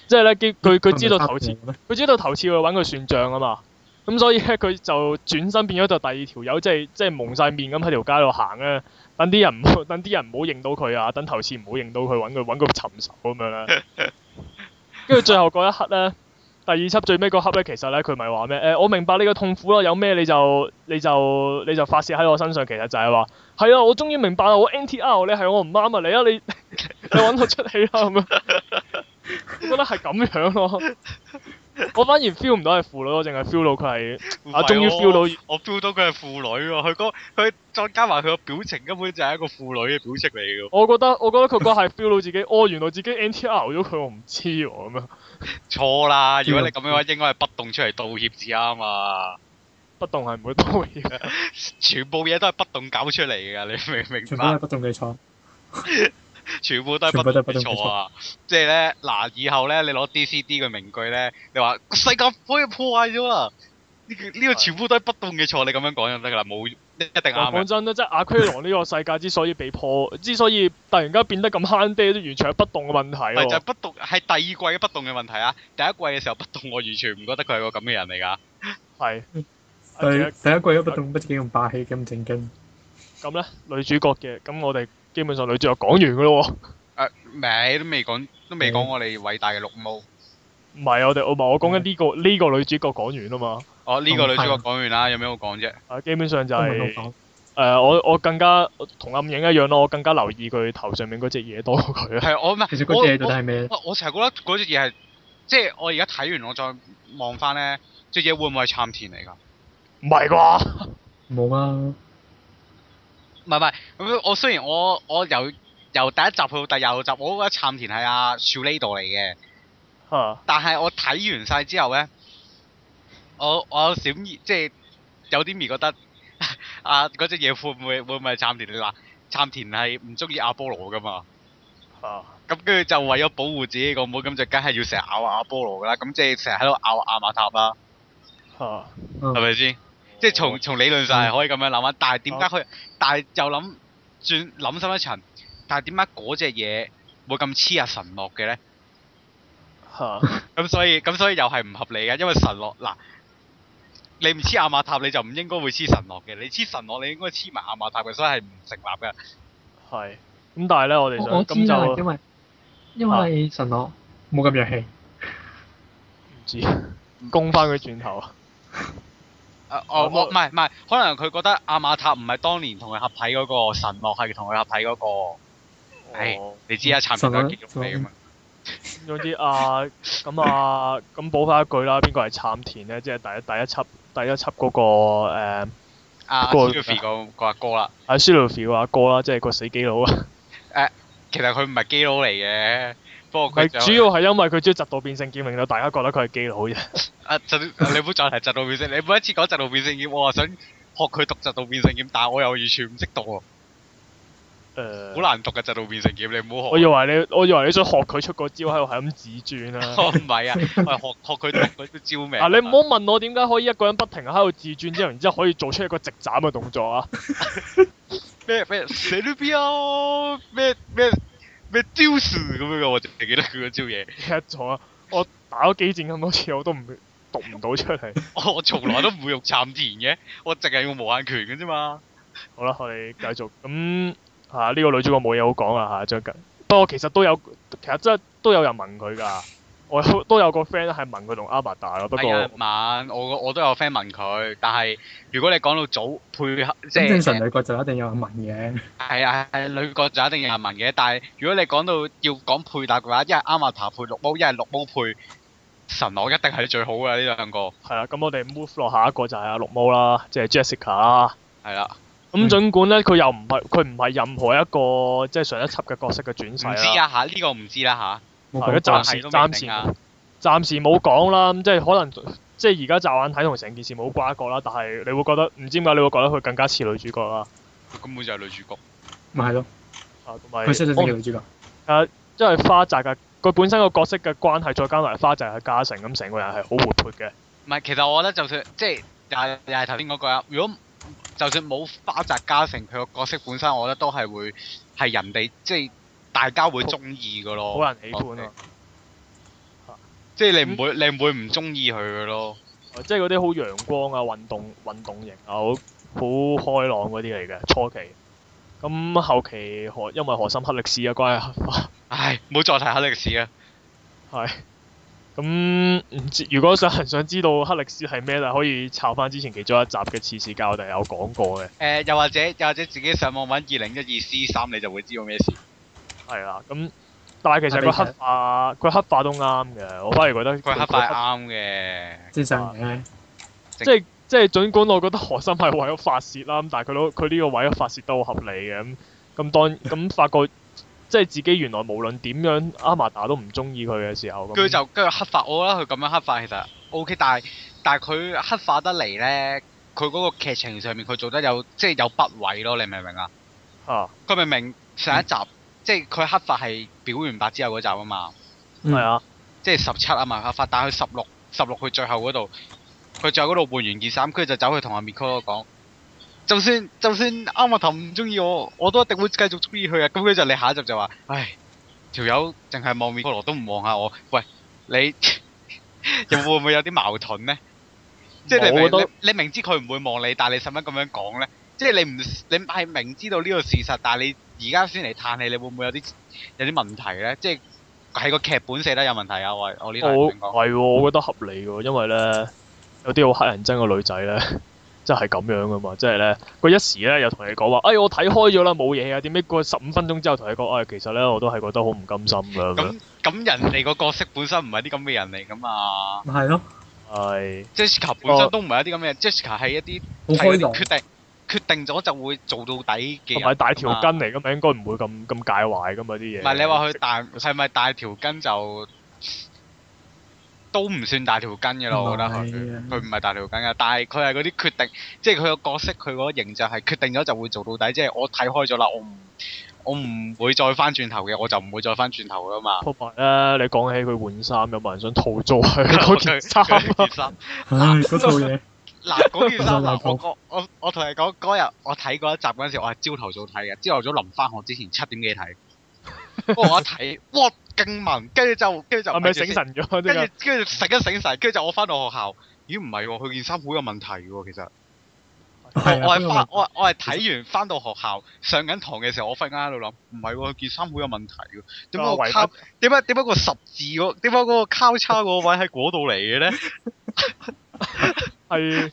Speaker 1: 即係咧，基佢佢知道頭次，
Speaker 3: 咩？
Speaker 1: 佢知道頭次去揾佢算賬啊嘛。咁所以咧，佢就轉身變咗就第二條友，即係即係蒙晒面咁喺條街度行咧，等啲人唔好 *laughs* 等啲人唔好認到佢啊，等頭次唔好認到佢，揾佢揾佢尋仇咁樣啦。跟住最後嗰一刻咧，第二輯最尾嗰刻咧，其實咧佢咪話咩？誒、我明白你嘅痛苦啦，有咩你就你就你就發泄喺我身上，其實就係話係啊，我終於明白啦，我 NTR 你係我唔啱啊，你啊你 *laughs* 你揾我出氣啦咁樣，我覺得係咁樣咯。我反而 feel 唔到係父女，我淨係 feel 到佢係啊，終於 feel 到
Speaker 2: 我 feel 到佢係婦女喎，佢嗰佢再加埋佢個表情根本就係一個婦女嘅表情嚟嘅喎，
Speaker 1: 我覺得我覺得佢嗰下係 feel 到自己， *laughs* 哦，原來自己 NTR 咗佢，我唔知喎咁樣，
Speaker 2: 錯啦！如果你咁樣嘅話，應該係不動出嚟道歉至啱啊！
Speaker 1: 不動係唔會多嘢。
Speaker 2: 全部嘢都係不動搞出嚟㗎，你明唔明
Speaker 3: 全部都
Speaker 2: 白
Speaker 3: 係？不動嘅錯，
Speaker 2: 全部都係
Speaker 3: 全部都係
Speaker 2: 不
Speaker 3: 不
Speaker 2: 動
Speaker 3: 動
Speaker 2: 錯啊！即係咧，嗱，以後咧，你攞 DCD 嘅名句咧，你話個世界可以破壞咗啊！呢、個呢、個全部都係不動嘅錯，你咁樣講就得㗎啦，冇一定 *laughs* 啱啊
Speaker 1: 嗱，講
Speaker 2: 嘅。
Speaker 1: 真啦，即係阿奎龍呢個世界之所以被破，之所以突然間變得咁慳爹，都完全係不動嘅問題
Speaker 2: 咪就係
Speaker 1: 喎。
Speaker 2: 不動，係第二季嘅不動嘅問題啊！第一季嘅時候不動，我完全唔覺得佢係個咁嘅人嚟㗎。
Speaker 1: 係。啊
Speaker 3: 對
Speaker 1: 其實
Speaker 3: 第一季都不動不自己咁霸氣咁正經，
Speaker 1: 咁咧，女主角嘅，咁我哋基本上女主角講完嘅咯喎。
Speaker 2: 誒，未都未講，都未講我哋偉大嘅綠毛。
Speaker 1: 唔係，我哋我唔係我講緊呢個呢個女主角講完啊嘛。
Speaker 2: 哦，呢個女主角講完啦，有咩好講啫？
Speaker 1: 啊，基本上就
Speaker 3: 都唔
Speaker 1: 係、
Speaker 3: 係好講。
Speaker 1: 誒呃我我更加同暗影一樣咯，我更加留意佢頭上面嗰隻嘢多過佢啊。 *laughs*
Speaker 2: 係我唔
Speaker 3: 其實嗰隻嘢到底
Speaker 2: 係
Speaker 3: 係咩咧？
Speaker 2: 我我成日覺得嗰隻嘢係，即係我而家睇完我再望翻咧，隻嘢會唔會係杉田嚟㗎？
Speaker 1: 唔係啩？ *laughs*
Speaker 3: 冇啊，
Speaker 2: 唔係唔係，咁我雖然我我由由第一集去到第二集，我都覺得杉田係阿 s h u l a 度嚟嘅，
Speaker 1: 嚇
Speaker 2: 但係我睇完晒之後咧，我我有閃意即係有啲咪覺得 *laughs* 啊嗰隻嘢會唔會會唔會係杉田嚟嗱？杉田係唔中意阿波羅㗎嘛？
Speaker 1: 嚇
Speaker 2: 咁跟住就為咗保護自己個妹，咁就梗係要成日咬阿波羅㗎啦。咁即係成日喺度咬阿馬塔啦，
Speaker 1: 嚇！
Speaker 2: 係咪先？即係從從理論上係可以咁樣諗啊，但係點解佢？但係又諗轉諗深一層，但係點解嗰只嘢會咁黐阿神樂嘅咧？
Speaker 1: 嚇
Speaker 2: 咁所以咁所以又係唔合理嘅，因為神樂嗱，你唔黐阿馬塔你就唔應該會黐神樂嘅，你黐神樂你應該黐埋阿馬塔嘅，所以係唔成立嘅。
Speaker 1: 係。咁但係咧，我哋
Speaker 3: 我我
Speaker 1: 想
Speaker 3: 知啦
Speaker 1: 咁，就
Speaker 3: 因為因為神樂冇咁弱氣，
Speaker 1: 唔知攻翻佢轉頭啊！
Speaker 2: 誒我
Speaker 1: 我
Speaker 2: 啊我哦唔係唔係，可能佢覺得阿馬塔唔係當年同佢合體嗰個神樂，係同佢合體嗰個。係
Speaker 1: 哦
Speaker 2: 你知啊，差唔多都係肌肉嚟噶嘛。
Speaker 1: 總之啊，咁啊，咁補翻一句啦，邊個係杉田咧？即係第一第一輯第一輯嗰、個呃誒
Speaker 2: 阿
Speaker 1: 個
Speaker 2: Sylvie 啊個個阿哥啦，
Speaker 1: 阿 s u l f i 個啊阿哥啦，即係個死基佬啊！
Speaker 2: 其實佢唔係基佬嚟嘅，不過佢
Speaker 1: 係
Speaker 2: 就
Speaker 1: 主要係因為佢將窒到變性劍，令到大家覺得佢係基佬啫。
Speaker 2: 啊，就你唔好再提窒到變性，你每一次講窒到變性劍，我話想學佢讀窒到變性劍，但係我又完全唔識
Speaker 1: *laughs*
Speaker 2: 讀喎，
Speaker 1: 誒、
Speaker 2: 好難讀嘅窒到變性劍，你唔好
Speaker 1: 我
Speaker 2: 學
Speaker 1: 以。為你，我以為你想學佢出個招喺度係咁自轉
Speaker 2: *laughs*
Speaker 1: 啦、
Speaker 2: 我
Speaker 1: *laughs*
Speaker 2: 唔係啊，我係學學佢讀嗰啲招名。
Speaker 1: 啊！你唔好問我點解可以一個人不停喺度自轉之後，然之後可以做出一個直斬嘅動
Speaker 2: *laughs*
Speaker 1: 作啊！
Speaker 2: 咩咩死都邊啊，咩咩咩丟樹咁樣嘅，我淨係記得佢嗰招嘢。 *laughs*
Speaker 1: 唔記得咗啊！我打咗幾戰咁多次，我都唔讀唔到出嚟。
Speaker 2: 我我從來都唔會用杉田嘅，我淨係用無限拳嘅啫嘛。
Speaker 1: 好啦，我哋繼續咁嚇呢個女主角冇嘢好講啊啦嚇，最近不過其實都有，其實真係都有人問佢㗎。我有都有個 friend 係問佢同阿伯達啦，不過
Speaker 2: 係啊，問我我都有 friend 問佢，但係如果你講到早配合，即
Speaker 3: 咁正常
Speaker 2: 係
Speaker 3: 女角就一定有人問嘅。
Speaker 2: 係啊係女角就一定有人問嘅，但係如果你講到要講配搭嘅話，一係阿瑪塔配綠毛，一係綠毛配神樂，一定係最好嘅呢兩個，
Speaker 1: 係啦，咁我哋 move 落下一個就係阿綠毛啦，即係 Jessica 啦。
Speaker 2: 係啦，
Speaker 1: 咁儘管咧，佢又唔係佢唔係任何一個即係上一輯嘅角色嘅轉
Speaker 2: 唔
Speaker 1: 世
Speaker 2: 知
Speaker 1: 啦。
Speaker 2: 啊嚇，呢個唔知啦
Speaker 3: 冇
Speaker 1: 係
Speaker 3: 講
Speaker 1: 啊
Speaker 3: 過
Speaker 1: 暫
Speaker 2: 係
Speaker 1: 時
Speaker 2: 都未
Speaker 1: 暫時
Speaker 2: 定啊
Speaker 1: 暫時冇講啦，咁即係可能即係而家驟眼睇同成件事冇瓜葛啦，但係你會覺得唔知點解你會覺得佢更加似女主角啦。
Speaker 2: 嚇，根本就係女主角。
Speaker 3: 咪係咯，
Speaker 1: 啊，同埋
Speaker 3: 佢識得
Speaker 1: 我
Speaker 3: 正嘅女主角，
Speaker 1: 因為花澤嘅佢本身個角色嘅關係，再加埋花澤嘅加成，咁成個人係好活潑嘅。
Speaker 2: 唔係，其實我覺得就算即係又係又係頭先嗰句啊！如果就算冇花澤嘉誠佢個角色本身，我覺得都係會係人哋即係大家會中意嘅咯。哦
Speaker 1: 好難喜歡啊！
Speaker 2: 即係你唔會你唔會唔中意佢嘅咯。
Speaker 1: 哦即係嗰啲好陽光啊、運動運動型啊、好好開朗嗰啲嚟嘅初期。咁後期何因為何心黑歷史嘅關係，
Speaker 2: 唉，唔好再提黑歷史啊啦。
Speaker 1: 係 *laughs* 咁唔知如果想想知道黑歷史係咩，就可以抄翻之前其中一集嘅次事教，我哋有講過嘅。
Speaker 2: 誒、呃又或者又或者自己上網揾二零一二 C 三，你就會知道咩事。
Speaker 1: 係啦，咁但係其實佢黑化佢黑化都啱嘅，我反而覺得
Speaker 2: 佢黑白啱嘅，
Speaker 3: 即係就係嘅。
Speaker 1: 即係儘管我覺得何心係為咗發泄啦，咁但係佢都佢呢個位發泄都好合理嘅，咁咁當咁發覺即係自己原來無論點樣阿瑪達都唔中意佢嘅時候，咁
Speaker 2: 跟住就跟住黑化我覺得佢咁樣黑化其實 O、k 但係但係佢黑化得嚟呢，佢嗰個劇情上面佢做得有即係有不位咯，你明唔明啊？
Speaker 1: 嚇
Speaker 2: 佢明明上一集、即係佢黑化係表完白之後嗰集啊嘛，
Speaker 3: 嗯
Speaker 1: 係啊，
Speaker 2: 即係十七啊嘛黑化，但係佢十六十六佢最後嗰度，佢最後嗰度換完件衫，跟住就走去同阿 Miko 講。就算就算啱阿頭唔中意我，我都一定會繼續中意佢啊！咁跟住就你下一集就話，唉，條友淨係望 Miko 都唔望下我，喂，你 *laughs* 又會唔會有啲矛盾呢？即係你
Speaker 1: 我覺
Speaker 2: 明
Speaker 1: 得
Speaker 2: 你你明知佢唔會望你，但係你使乜咁樣講呢？即係你唔你係明知道呢個事實，但係你而家先嚟嘆氣，你會唔會有啲有啲問題呢？即係係個劇本寫得有問題啊！我我呢度
Speaker 1: 我
Speaker 2: 係咁講
Speaker 1: 係喎，我覺得合理喎，因為咧有啲好乞人憎嘅女仔 *laughs* 咧。即係咁樣噶嘛，即係咧，佢一時咧又同你講話，哎，我睇開咗啦，冇嘢啊，點解過十五分鐘之後同你講，哎，其實咧我都係覺得好唔甘心㗎咁樣，
Speaker 2: 咁咁人哋個角色本身唔係啲咁嘅人嚟噶嘛
Speaker 3: 咪係咯，
Speaker 1: 係
Speaker 2: ，Jessica 本身都唔係一啲咁嘅人，Jessica 係一啲
Speaker 3: 好開朗
Speaker 2: 決。定決定咗就會做到底嘅
Speaker 1: 同
Speaker 2: 人。
Speaker 1: 埋大條筋嚟㗎嘛，應該唔會咁咁介懷㗎嘛啲嘢。
Speaker 2: 啊唔係你話佢大係咪大條筋就都唔算大條筋嘅咯？我覺得佢
Speaker 3: 唔係啊
Speaker 2: 佢唔係大條筋嘅，但係佢係嗰啲決定，即係佢個角色佢嗰個形象係決定咗就會做到底，即係我睇開咗啦，我唔我唔會再翻轉頭嘅，我就唔會再翻轉頭噶嘛。
Speaker 1: 同埋咧，你講起佢換衫，有冇人想套租
Speaker 2: *laughs*
Speaker 1: 佢嗰件衫
Speaker 2: 佢佢
Speaker 1: 啊？
Speaker 2: 件衫
Speaker 3: 唉，嗰套嘢
Speaker 2: 嗱，嗰件
Speaker 1: *laughs*
Speaker 2: 衫嗱，
Speaker 3: 我
Speaker 2: 我我我我同你講，嗰日我睇嗰一集嗰陣時，我係朝頭早睇嘅，朝頭早臨翻學之前七點幾
Speaker 1: *laughs*
Speaker 2: 睇。我一睇，哇，勁文，跟住就跟住就
Speaker 1: 係咪醒神咗？
Speaker 2: 跟
Speaker 1: 真係
Speaker 2: 住跟住醒一醒神，跟住就我翻到學校，咦唔係喎，佢件衫好有問題喎，其實
Speaker 3: 係啊，
Speaker 2: 我
Speaker 3: 嗰
Speaker 2: 係
Speaker 3: 個
Speaker 2: 翻
Speaker 3: 問
Speaker 2: 我係我係睇完翻到學校上緊堂嘅時候，我忽然間喺度諗，唔係喎，佢件衫好有問題喎，點解
Speaker 1: 啊
Speaker 2: 個
Speaker 1: 圍
Speaker 2: 交點解點解個十字嗰點解嗰個交叉嗰個位喺嗰度嚟嘅咧？
Speaker 1: 係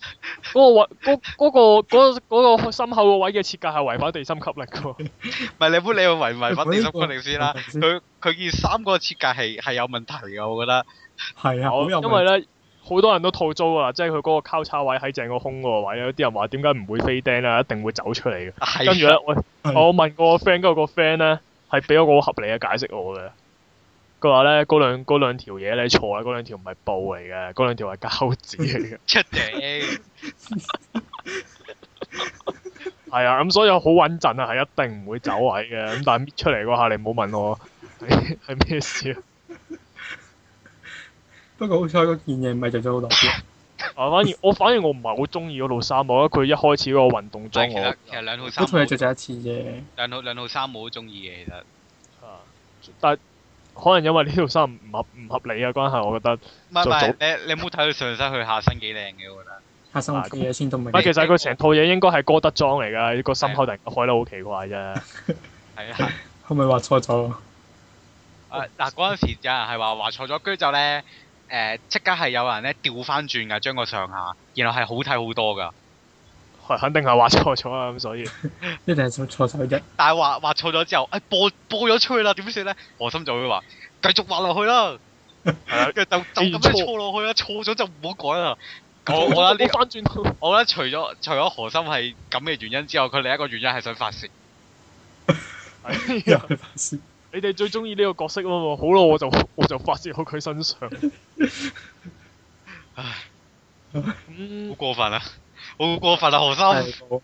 Speaker 1: 嗰個位，嗰嗰個嗰嗰個心口個位嘅設計係違反地心吸力㗎喎。
Speaker 2: 唔係你估你去違唔違反地心
Speaker 3: 嗰個
Speaker 2: 規定
Speaker 1: *laughs*
Speaker 2: 先啦？
Speaker 3: 係
Speaker 2: 佢佢件衫嗰個設計係係有問題嘅，我覺得。
Speaker 3: 啊，好有
Speaker 1: 因為
Speaker 3: 問
Speaker 1: 咧，好多人都套租啊，即係佢嗰個交叉位喺正個胸嗰個位，有啲人話點解唔會飛釘啊？一定會走出嚟嘅。
Speaker 2: 係。啊
Speaker 1: 跟住咧，我
Speaker 3: 係
Speaker 1: 我問過我 friend，跟住個 friend 咧係俾咗個好合理嘅解釋我嘅。佢話咧，嗰兩嗰兩條嘢咧錯啦，嗰兩條唔係布嚟嘅，嗰兩條係膠紙嚟嘅。
Speaker 2: 出嚟，
Speaker 1: 係啊，咁所以好穩陣啊，係一定唔會走位嘅。咁但係搣出嚟嗰下，你唔好問我係係咩事啊。
Speaker 3: 不過好彩嗰件嘢唔係着咗好耐。
Speaker 1: 啊，反而我反而我唔係好中意嗰套衫，我覺得佢一開始嗰個運動裝 *laughs*
Speaker 2: 但係其
Speaker 1: 我
Speaker 2: 實其實兩套衫
Speaker 3: 嗰套嘢着
Speaker 2: 我，
Speaker 3: 咗一次啫。
Speaker 2: 兩套兩套衫我都中意嘅，其實。
Speaker 1: 啊但係可能因為呢套衫唔合唔合理啊嘅關係，我覺得
Speaker 2: 唔係唔
Speaker 1: 就
Speaker 2: 係，你你冇睇佢上身，佢下身幾靚嘅，我覺得。
Speaker 3: 黑生屋企嘢先都唔
Speaker 1: 唔係其
Speaker 3: 係。
Speaker 1: 實佢成套嘢應該係歌德裝嚟㗎，個心口突然間開得好奇怪啫。
Speaker 2: 係啊。
Speaker 3: 可唔可以話錯咗？
Speaker 2: 啊嗱，嗰陣時有人係話話錯咗，跟住就咧誒，即刻係有人咧調翻轉㗎，將個上下，然後係好睇好多㗎。
Speaker 1: 係肯定係畫錯咗啊！咁所以
Speaker 3: 一定係錯手啫。
Speaker 2: 但係話話錯咗之後，誒播播咗出去啦，點算咧？何心就會話繼續畫落去啦。
Speaker 1: 係啊，
Speaker 2: 就就咁樣錯落去啦，啊錯咗就唔好改啦。我我覺得呢，
Speaker 1: 翻轉頭
Speaker 2: 我覺得除咗除咗何心係咁嘅原因之外，佢另一個原因係想發泄。
Speaker 3: 又
Speaker 2: *laughs*
Speaker 1: 係啊
Speaker 3: 係發泄。
Speaker 1: 你哋最中意呢個角色啊嘛，好啦，我就我就發泄喺佢身上。
Speaker 2: 唉，好
Speaker 1: 咁
Speaker 2: 過分啊！好過分啊！何心，
Speaker 3: 係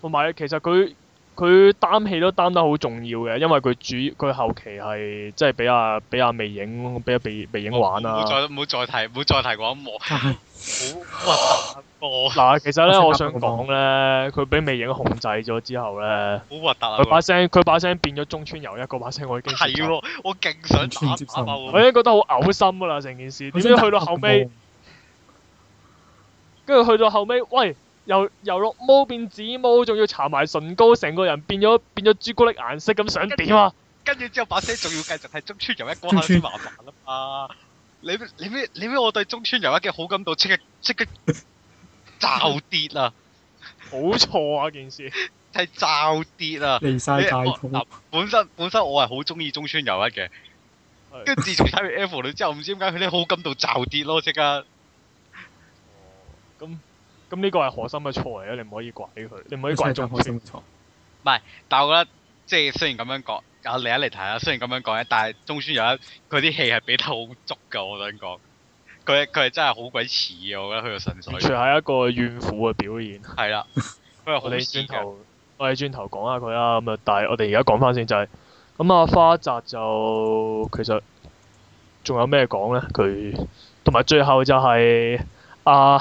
Speaker 1: 同埋其實佢佢擔戲都擔得好重要嘅，因為佢主佢後期係即係俾阿俾阿魅影俾阿魅魅影玩
Speaker 2: 哦唔好
Speaker 1: 啊。
Speaker 2: 再唔好再提唔好再提嗰一幕。
Speaker 3: 係
Speaker 2: 好核突啊！
Speaker 1: 嗱，其實咧，我
Speaker 3: 我
Speaker 1: 想
Speaker 3: 想答
Speaker 1: 講咧，佢俾魅影控制咗之後咧，
Speaker 2: 個好核突啊！
Speaker 1: 佢把聲佢把聲變咗中村由一個把聲，我已經
Speaker 2: 係
Speaker 1: 接受，
Speaker 2: 喎，我勁想
Speaker 3: 完全接
Speaker 2: 打
Speaker 3: 受唔
Speaker 2: 打
Speaker 3: 到
Speaker 1: 我已
Speaker 2: 爆
Speaker 1: 經覺得好嘔心噶啦成件事。
Speaker 3: 我
Speaker 1: 點
Speaker 3: 想
Speaker 1: 知去到
Speaker 3: 答
Speaker 1: 後
Speaker 3: 個
Speaker 1: 尾
Speaker 3: 冇，
Speaker 1: 跟住去到後尾，喂，由由綠毛變紫毛，仲要搽埋唇膏，成個人變咗變咗朱古力顏色咁，想點
Speaker 3: *laughs*
Speaker 1: 啊？
Speaker 2: 跟住之後把聲仲要繼續係中村由一嗰下先麻煩啊嘛！你你咩你咩？我對中村由一嘅好感度即刻即刻驟跌啊！
Speaker 1: 好錯啊！件事
Speaker 2: 係驟跌啊！
Speaker 3: 離晒大
Speaker 2: 我
Speaker 3: 譜
Speaker 2: 嗱，本身本身我係好中意中村由一嘅
Speaker 1: 係，
Speaker 2: 跟住自從睇完 F 女之後，唔知點解佢啲好感度驟跌咯，即刻
Speaker 1: 咁咁呢個係何心嘅錯嚟啊嘅，你唔可以怪佢，你唔可以
Speaker 3: 你
Speaker 1: 怪
Speaker 3: 真係
Speaker 1: 中
Speaker 3: 開
Speaker 1: 村
Speaker 3: 心。錯。
Speaker 2: 但係我覺得即係雖然咁樣講，啊嚟一嚟睇啊，雖然咁樣講咧，但係中村有一佢啲戲係俾得好足㗎，我想講，佢佢係真係好鬼似嘅，我覺得佢個神
Speaker 1: 完全
Speaker 2: 水
Speaker 1: 係一個怨婦嘅表現。
Speaker 2: 係啦，佢係
Speaker 1: 我
Speaker 2: 好
Speaker 1: 哋
Speaker 2: 似
Speaker 1: 轉
Speaker 2: 嘅，
Speaker 1: 頭，我哋轉頭講下佢啦。咁啊，但係我哋而家講翻先就係、咁啊，花澤就其實仲有咩講呢？佢同埋最後就係、阿、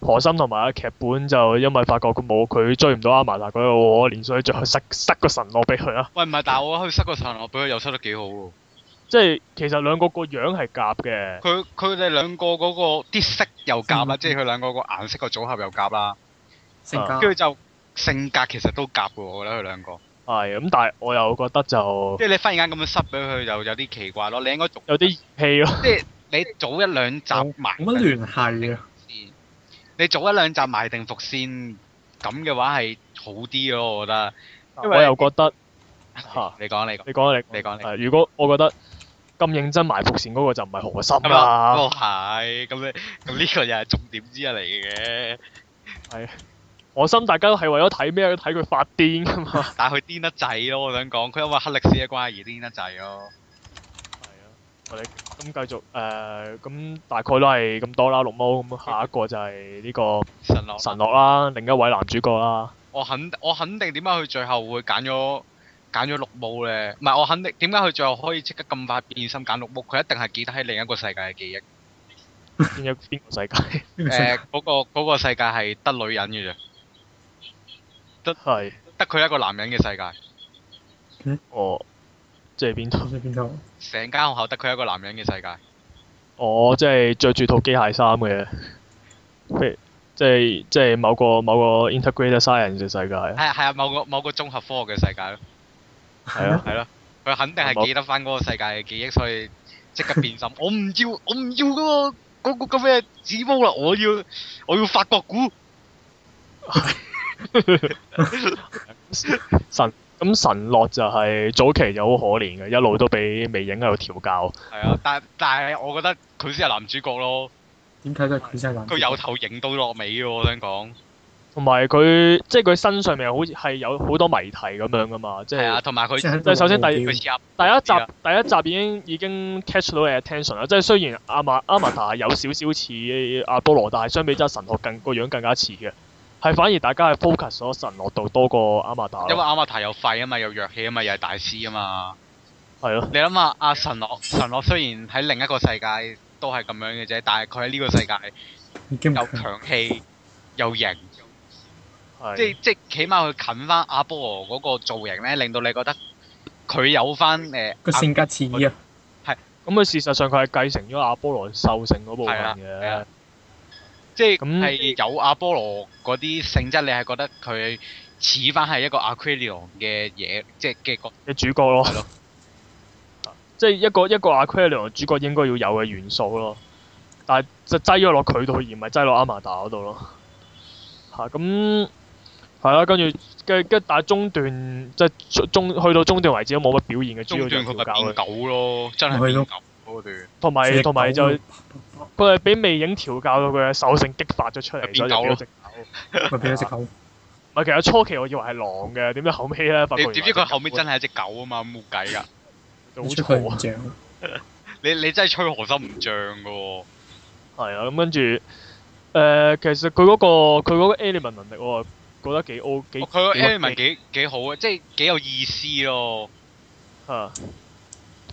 Speaker 1: 何心同埋阿劇本就因為發覺佢冇佢追唔到阿麻達嗰個可憐，所以最後塞塞個神落俾佢啊啦。
Speaker 2: 喂唔係，但係我覺得佢塞個神落俾佢又塞得幾好喎，
Speaker 1: 即係其實兩個個樣係夾嘅，
Speaker 2: 佢佢哋兩個嗰個啲色又夾啦，
Speaker 3: 嗯
Speaker 2: 即係佢兩個個顏色個組合又夾啦，
Speaker 3: 性
Speaker 1: 啊
Speaker 3: 格
Speaker 2: 跟住就性格其實都夾嘅喎，我覺得佢兩個。
Speaker 1: 係咁，但係我又覺得就
Speaker 2: 即係你忽然間咁樣塞俾佢，就有啲奇怪咯。你應該早
Speaker 1: 有啲熱氣咯。
Speaker 2: 即係你早一兩集埋
Speaker 3: 冇乜聯繫啊，
Speaker 2: 先，你早一兩集埋定伏先，咁嘅話係好啲咯，我覺得。因為
Speaker 1: 我又覺得嚇
Speaker 2: 你講你講，
Speaker 1: 你講啊你
Speaker 2: 你講你
Speaker 1: 係如果我覺得咁認真埋伏線嗰個就唔係何心
Speaker 2: 咁啊，
Speaker 1: 啦，
Speaker 2: 哦係，咁你咁呢個又係重點之一嚟嘅。
Speaker 1: 何心大家都係為咗睇咩？睇佢發癲噶嘛。
Speaker 2: *laughs*
Speaker 1: 係
Speaker 2: 但係佢癲得滯咯，我想講，佢因為黑歷史嘅關係而癲得滯咯。
Speaker 1: 啊，我哋咁繼續誒，咁大概都係咁多啦，綠毛
Speaker 2: *laughs*
Speaker 1: 咁下一個就係呢個
Speaker 2: 神樂，
Speaker 1: 神樂啦，另一位男主角啦。
Speaker 2: 我肯我肯定點解佢最後會揀咗揀咗綠帽咧？唔係我肯定點解佢最後可以即刻咁快變心揀綠帽？佢一定係記得喺另一個世界嘅記憶。
Speaker 1: 邊一邊個世界？ *laughs*
Speaker 3: 呢個性
Speaker 2: 誒嗰個嗰個世界係得女人嘅啫，
Speaker 1: 係
Speaker 2: 得佢一個男人嘅世界，
Speaker 1: 哦，即係邊度？
Speaker 3: 格喺邊度？
Speaker 2: 成間學校得佢一個男人嘅世界。
Speaker 1: 哦，即係着住套機械衫嘅，譬如即係即係某個某個 integrated science 嘅世界，係
Speaker 2: 係啊係啊，某個某個綜合科學嘅世界咯，
Speaker 1: 啊。
Speaker 2: 係咯，佢肯定係記得翻嗰個世界嘅記憶，所以即刻變心。 *laughs* 我唔要，我唔要嗰、個嗰、個咁嘅紙毛啦，我要我要法國鼓。
Speaker 1: 神咁神樂就係早期就好可憐嘅，一路都俾微影喺度調教。
Speaker 2: 係啊，但但係我覺得佢先係男主角咯，
Speaker 3: 點睇都係佢真係男主
Speaker 2: 佢
Speaker 3: 角。
Speaker 2: 由頭型到落尾喎，我想講。
Speaker 1: 同埋佢即係佢身上面好似係有好多謎題咁樣噶嘛，即
Speaker 2: 係啊，
Speaker 1: 係
Speaker 2: 同埋佢
Speaker 3: 即係
Speaker 1: 即係首先第
Speaker 2: 佢
Speaker 3: 一
Speaker 2: 似阿
Speaker 1: 第一
Speaker 2: 係啊
Speaker 1: 集第一集已經已經 catch 到你 attention 啦。即係雖然阿馬阿瑪達有少少似阿波羅，但係相比之下神學更個樣更加似嘅，係反而大家係 focus 咗神樂度多過阿瑪達
Speaker 2: 因為
Speaker 1: 咯，
Speaker 2: 阿馬提又廢啊嘛，又弱氣啊嘛，又係大師啊嘛。
Speaker 1: 係咯，
Speaker 2: 你諗下，阿神樂神樂雖然喺另一個世界都係咁樣嘅啫，但係佢喺呢個世界
Speaker 3: 已經
Speaker 2: 又
Speaker 3: 唔強
Speaker 2: 強氣又型，
Speaker 1: 係
Speaker 2: 即係即係起碼佢近翻阿波羅嗰個造型咧，令到你覺得佢有翻誒
Speaker 3: 個性格似啊，
Speaker 1: 咁佢事實上佢係繼承咗阿波羅獸性嗰部分
Speaker 2: 係啊係
Speaker 1: 嘅
Speaker 2: 啊，即係
Speaker 1: 咁
Speaker 2: 係有阿波羅嗰啲性質，你係覺得佢似翻係一個 Aquarium 嘅嘢，即係嘅角
Speaker 1: 嘅主角咯
Speaker 2: 係咯，
Speaker 1: *laughs* 即係一個一個 Aquarium 主角應該要有嘅元素咯，但係就擠咗落佢度，而唔係擠落阿瑪達嗰度咯。 *laughs* 嚇咁係啦，跟住跟跟，但係中段即係中中去到中段為止都冇乜表現嘅，主要
Speaker 2: 中
Speaker 1: 就係
Speaker 2: 段佢
Speaker 1: 調
Speaker 2: 咪
Speaker 1: 教
Speaker 2: 變
Speaker 1: 佢，
Speaker 2: 狗咯，真係
Speaker 3: 係
Speaker 2: 變
Speaker 3: 咯
Speaker 2: 狗嗰段。
Speaker 1: 同埋同埋就
Speaker 3: 隻
Speaker 1: 佢係俾魅影調教到佢嘅獸性激發咗出嚟，
Speaker 2: 變
Speaker 1: 所以就
Speaker 2: 狗
Speaker 1: 變
Speaker 2: 咯
Speaker 1: 咗隻狗。
Speaker 3: 狗咪俾咗隻狗，
Speaker 1: 唔係，其實初期我以為係狼嘅，點解後尾咧發覺
Speaker 2: 你點知佢後尾真係一隻狗啊嘛，冇計㗎。
Speaker 1: 好
Speaker 3: 你出佢
Speaker 1: 嘈
Speaker 3: 唔
Speaker 1: 啊！
Speaker 3: 像，
Speaker 2: 你你真係吹何心唔漲㗎喎。
Speaker 1: 係啊，咁跟住誒，其實佢嗰、個佢嗰個 element 能力我覺得幾 O 幾
Speaker 2: 佢個
Speaker 1: 幾屈
Speaker 2: element 幾幾好啊，即係幾有意思咯。哦
Speaker 1: 啊，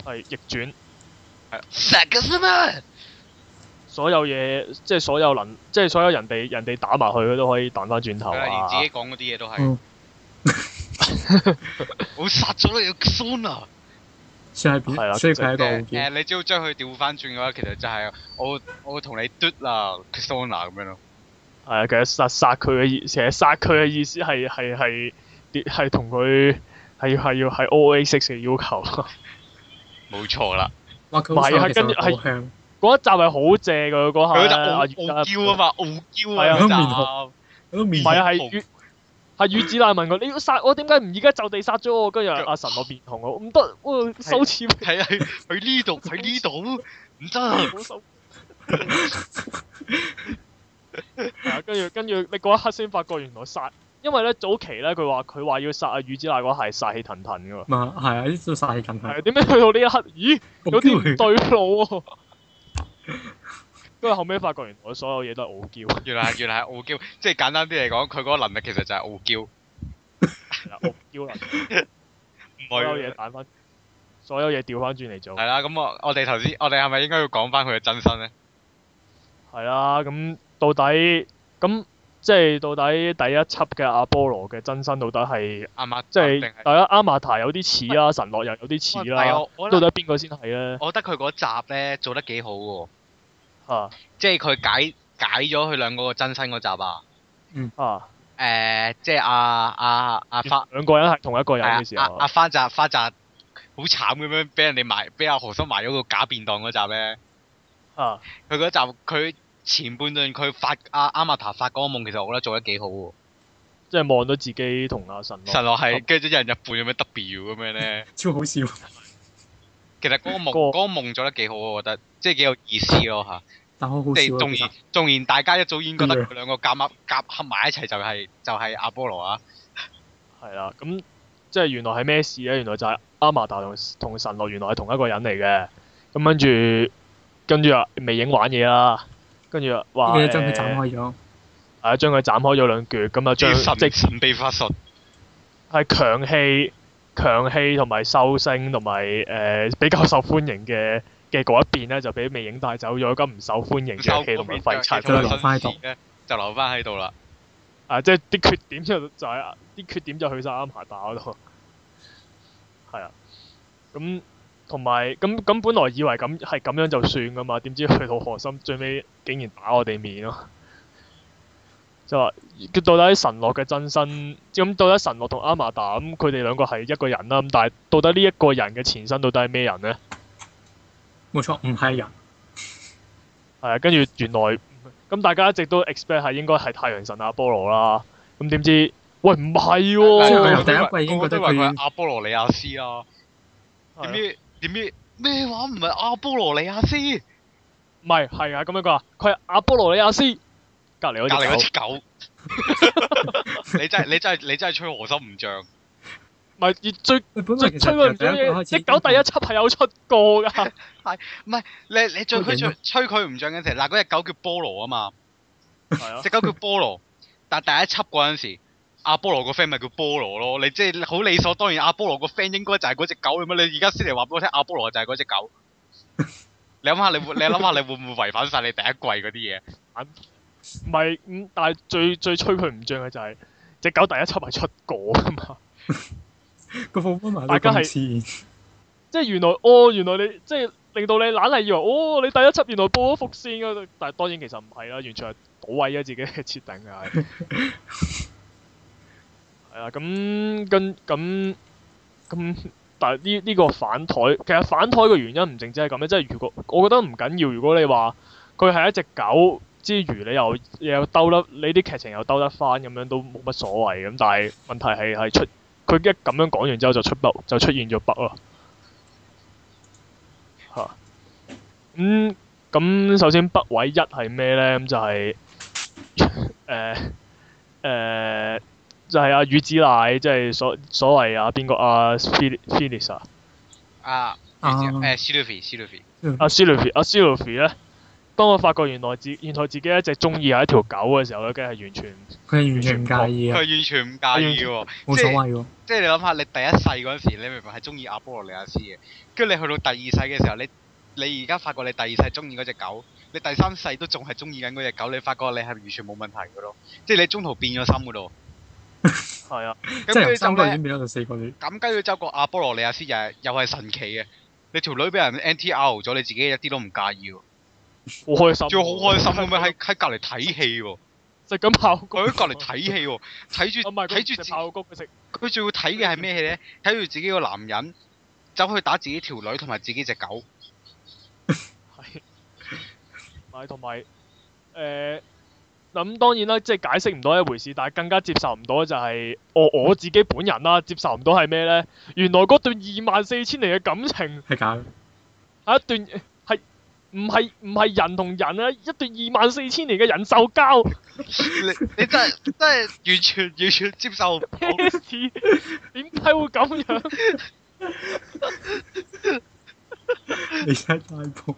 Speaker 1: 係逆轉
Speaker 2: 係 s a g a s m a
Speaker 1: 所有嘢，即係所有能，即係所有人哋人哋打埋去，佢都可以彈翻轉頭
Speaker 2: 佢係連
Speaker 1: 啊
Speaker 2: 自！己講嗰啲嘢都係 *laughs*
Speaker 3: 嗯，
Speaker 2: 我殺咗你個孫啊！
Speaker 3: 算係
Speaker 1: 係啦
Speaker 3: 變，所以佢係一個
Speaker 2: 誒
Speaker 3: 傲
Speaker 2: 誒，
Speaker 3: 嬌。
Speaker 2: 你只要將佢調翻轉嘅話，其實就係我我同你嘟啦 s o n a 咁樣咯。
Speaker 1: 係啊，其實殺殺佢嘅意，其實殺佢嘅意思係係係係同佢係係要係 O A six 嘅要求 *laughs* 咯。
Speaker 2: 冇錯啦，
Speaker 3: 哇！佢好
Speaker 1: 唔係啊
Speaker 3: 瘦，其
Speaker 1: 跟住
Speaker 3: 實好香。
Speaker 1: 嗰一集係好正㗎，嗰下
Speaker 2: 佢就
Speaker 1: 呢
Speaker 2: 傲
Speaker 1: 阿
Speaker 2: 傲
Speaker 1: 月啊
Speaker 2: 嬌啊嘛，傲嬌
Speaker 1: 係啊
Speaker 2: 啊
Speaker 3: 我都面
Speaker 1: 唔係啊，係
Speaker 2: 紅
Speaker 1: 月係月子難問佢，你要殺我點解唔而家就地殺咗我？跟住
Speaker 2: 跟住
Speaker 1: 阿神我變紅我唔得，我羞恥，
Speaker 2: *laughs* 就係啊，佢佢呢度佢呢度唔得，
Speaker 1: 好羞。係啊，跟住跟住你嗰一刻先發覺原來殺，因為咧早期咧佢話佢話要殺阿雨子娜嗰下係殺氣騰騰㗎嘛，
Speaker 3: 嘛係啊，呢都晒緊係
Speaker 1: 係。點解去到呢一刻，咦有啲唔對路喎？跟住後尾發覺原來所有嘢都係傲嬌，
Speaker 2: 原來係原來係傲嬌，即係簡單啲嚟講，佢嗰個能力其實就係傲嬌，
Speaker 1: 係啦傲嬌能力
Speaker 2: 唔
Speaker 1: 所有
Speaker 2: 係
Speaker 1: 嘢彈翻，所有嘢調翻轉嚟做。
Speaker 2: 係啦。咁我我哋頭先我哋係咪應該要講翻佢嘅真身咧？
Speaker 1: 係啦，咁到底咁即係到底第一輯嘅阿波羅嘅真身到底係
Speaker 2: 啱啱
Speaker 1: 即係
Speaker 2: 定
Speaker 1: 大家阿瑪塔有啲似啦，啊神樂又有啲似
Speaker 2: 喂
Speaker 1: 啦，
Speaker 2: 啊我我覺
Speaker 1: 到
Speaker 2: 得
Speaker 1: 底邊個先係咧？
Speaker 2: 我覺得佢嗰集咧做得幾好喎，
Speaker 1: 嚇
Speaker 2: 即係佢解解咗佢兩個個真身嗰集啊。
Speaker 1: 啊！
Speaker 2: 誒、即係阿阿阿花，
Speaker 1: 兩個人係同一個人嘅
Speaker 2: 係
Speaker 1: 時
Speaker 2: 啊
Speaker 1: 候
Speaker 2: 阿，阿花澤花澤好慘咁樣俾人哋埋，俾阿何生埋咗個假便當嗰集咧。
Speaker 1: 啊
Speaker 2: 佢嗰集佢前半段佢發阿阿瑪塔發嗰個夢，其實我覺得做得幾好喎。
Speaker 1: 即係望到自己同阿神
Speaker 2: 神
Speaker 1: 樂
Speaker 2: 樂係跟住一人一半咁樣 W 咁樣咧，
Speaker 3: 超好笑。
Speaker 2: 其實嗰個夢
Speaker 1: 個
Speaker 2: 嗰個夢做得幾好，我覺得即係幾有意思咯嚇。
Speaker 3: 但好好
Speaker 2: 即
Speaker 3: 笑
Speaker 2: 係
Speaker 3: 啊！其
Speaker 2: 縱然
Speaker 3: 實
Speaker 2: 縱然大家一早已經覺得
Speaker 3: 嗯
Speaker 2: 佢兩個夾埋夾合埋一齊就係、就係、阿波羅啊，
Speaker 1: 係啦，咁即係原來係咩事咧？原來就係阿瑪塔同同神樂原來係同一個人嚟嘅，咁跟住跟住啊未影玩嘢啦，跟住啊
Speaker 3: 呢
Speaker 1: 話
Speaker 3: 個將佢
Speaker 1: 誒
Speaker 3: 斬開咗，
Speaker 1: 係啊，將佢斬開咗兩橛，咁啊
Speaker 2: 即
Speaker 1: 將
Speaker 2: 神
Speaker 1: 即
Speaker 2: 神秘法術
Speaker 1: 係強氣、強氣同埋收聲同埋誒比較受歡迎嘅嘅嗰一邊咧，就俾魅影帶走咗，咁唔受歡迎
Speaker 2: 收
Speaker 1: 嘅氣同埋廢柴
Speaker 3: 就留
Speaker 1: 啦。
Speaker 3: 返喺度
Speaker 2: 咧，就留翻喺度啦。
Speaker 1: 啊，即係啲缺點就就係、啊啲缺點就去晒啱下打嗰度。 *laughs* 係啊，咁同埋咁咁，本來以為咁係咁樣就算噶嘛，點知去到何心最尾竟然打我哋面咯。就話佢到底神樂嘅真身，咁到底神樂同阿瑪達咁佢哋兩個係一個人啦，咁但係到底呢一個人嘅前身到底係咩人呢？
Speaker 3: 冇錯，唔係人，
Speaker 1: 係啊，跟住原來咁大家一直都 expect 係應該係太陽神阿波羅啦，咁點知喂唔係
Speaker 3: 即係
Speaker 1: 喎
Speaker 3: 佢由，第一季已經
Speaker 2: 個個都
Speaker 3: 覺得佢
Speaker 2: 話係阿波羅里亞斯啊，
Speaker 1: 係啊
Speaker 2: 點知點知咩話唔係阿波羅里亞斯？
Speaker 1: 唔係，係啊，咁樣講啊，佢係阿波羅里亞斯隔離
Speaker 2: 隔
Speaker 1: 嗰
Speaker 2: 離嗰
Speaker 1: 隻
Speaker 2: 只狗， *laughs* 你真係你真係你真係吹何心唔漲，
Speaker 1: 狗，唔係最
Speaker 3: 佢本來
Speaker 1: 最
Speaker 3: 其
Speaker 1: 吹佢
Speaker 3: 實
Speaker 1: 唔
Speaker 3: 第一
Speaker 1: 到
Speaker 3: 個
Speaker 1: 嘢，
Speaker 3: 開始
Speaker 1: 只狗第一輯係有出過㗎，
Speaker 2: 你你最佢
Speaker 3: 都勁
Speaker 2: 吹
Speaker 3: 啊
Speaker 2: 吹佢唔漲嘅時候，嗱嗰只狗叫菠蘿啊嘛，
Speaker 1: 係啊
Speaker 2: 只，狗叫菠蘿，但第一輯嗰陣時。阿波羅個 friend 咪叫菠蘿咯，你即係好理所當然。阿波羅個 friend 應該就係嗰只狗咁樣，你而家先嚟話俾我聽，阿波羅就係嗰只狗。你諗下你會，你諗下你會唔會違反晒你第一季嗰啲嘢？
Speaker 1: 唔係咁，但係最最吹佢唔漲嘅就係只狗第一輯係出過㗎嘛，
Speaker 3: 個副官埋
Speaker 1: 大
Speaker 3: 到
Speaker 1: 家係
Speaker 3: 咁似，
Speaker 1: 即係原來哦，原來你即係令到你懶係以為哦，你第一輯原來報咗伏線㗎，但係當然其實唔係啦，完全係倒位咗自己嘅設定㗎係。係啊，咁跟咁咁，但係呢呢個反台，其實反台嘅原因唔淨止係咁樣，即係如果我覺得唔緊要，如果你話佢係一隻狗之餘，你又你又兜得你啲劇情又兜得翻咁樣都冇乜所謂咁，但係問題係係出佢一咁樣講完之後就出北就出現咗北咯嚇。咁咁首先北位一係咩咧？咁就係 *laughs* 誒誒。呃就係阿宇子奶，即係所所謂啊邊個啊 Felix 啊，
Speaker 2: 啊，
Speaker 3: 啊
Speaker 2: 誒 s y l v i s y l v i
Speaker 1: 阿 s y l v i 阿 s y l v i 咧，啊當我發覺原來自原來自己一隻中意係一條狗嘅時候咧，梗係完全
Speaker 3: 佢係完全唔介
Speaker 2: 佢
Speaker 3: 意嘅，
Speaker 2: 完全唔介意喎，
Speaker 3: 冇所謂喎。
Speaker 2: 即係你諗下，你第一世嗰陣時，你明明係中意阿波羅尼亞斯嘅，跟住你去到第二世嘅時候，你你而家發覺你第二世中意嗰只狗，你第三世都仲係中意緊嗰只狗，你發覺你係完全冇問題嘅咯。即係你中途變咗心嘅咯。
Speaker 1: 係啊，
Speaker 2: 咁
Speaker 3: 即係
Speaker 2: 跟
Speaker 3: 由
Speaker 2: 住
Speaker 3: 三
Speaker 2: 就
Speaker 3: 個
Speaker 2: 咧
Speaker 3: 已經變咗到四個女，
Speaker 2: 咁跟住周國阿波羅尼亞斯又係又係神奇嘅，你條女俾人 NTR 咗，你自己一啲都唔介意喎，
Speaker 1: 好開心喎。
Speaker 2: 仲要好開心
Speaker 1: *laughs*
Speaker 2: 咁樣喺喺隔離睇戲喎，
Speaker 1: 食緊炮谷。啊
Speaker 2: 佢喺隔離睇戲喎，睇住
Speaker 1: 唔係佢
Speaker 2: 睇住
Speaker 1: 食
Speaker 2: 自
Speaker 1: 炮谷，佢食
Speaker 2: 佢仲要睇嘅係咩戲呢？睇住自己個男人走去打自己條女同埋自己只狗，
Speaker 1: *laughs* 係。係同埋誒咁當然啦，即係解釋唔到一回事，但係更加接受唔到就係我我自己本人啦，接受唔到係咩呢？原來嗰段二萬四千年嘅感情。
Speaker 3: 係假嘅。
Speaker 1: 係一段係唔係唔係人同人啊，一段二萬四千年嘅人獸交，
Speaker 2: 你你真係真係完全完全接受
Speaker 1: *laughs*
Speaker 2: 唔到，
Speaker 1: 咩事？點解會咁樣？
Speaker 3: 你真係大波，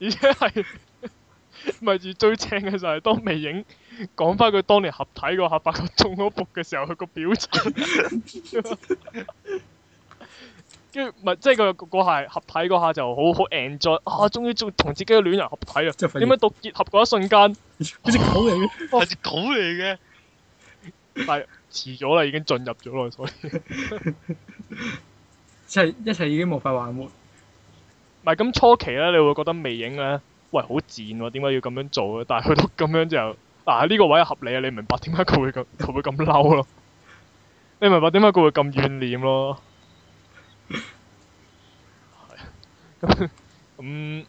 Speaker 1: 而且係 *laughs* 咪住最正嘅就係當微影講翻佢當年合體個合發覺中咗伏嘅時候，佢個表情。跟住咪即係佢嗰下合體嗰下就好好 enjoy 啊！終於仲同自己嘅戀人合體啊！
Speaker 3: 即係發
Speaker 1: 點
Speaker 3: 現
Speaker 1: 解到結合嗰一瞬間
Speaker 3: 嗰隻狗嚟嘅，
Speaker 2: 係隻狗嚟嘅。
Speaker 1: 係遲咗啦，已經進入咗啦，所以。
Speaker 3: 即係一切已經無法挽回。
Speaker 1: 唔係咁初期咧，你會覺得微影咧，喂好賤喎，點解要咁樣做咧？但係去到咁樣之後，嗱、呢、個位合理啊，你明白點解佢會咁 *laughs* 佢會咁嬲咯？你明白點解佢會咁怨念咯？係咁 *laughs*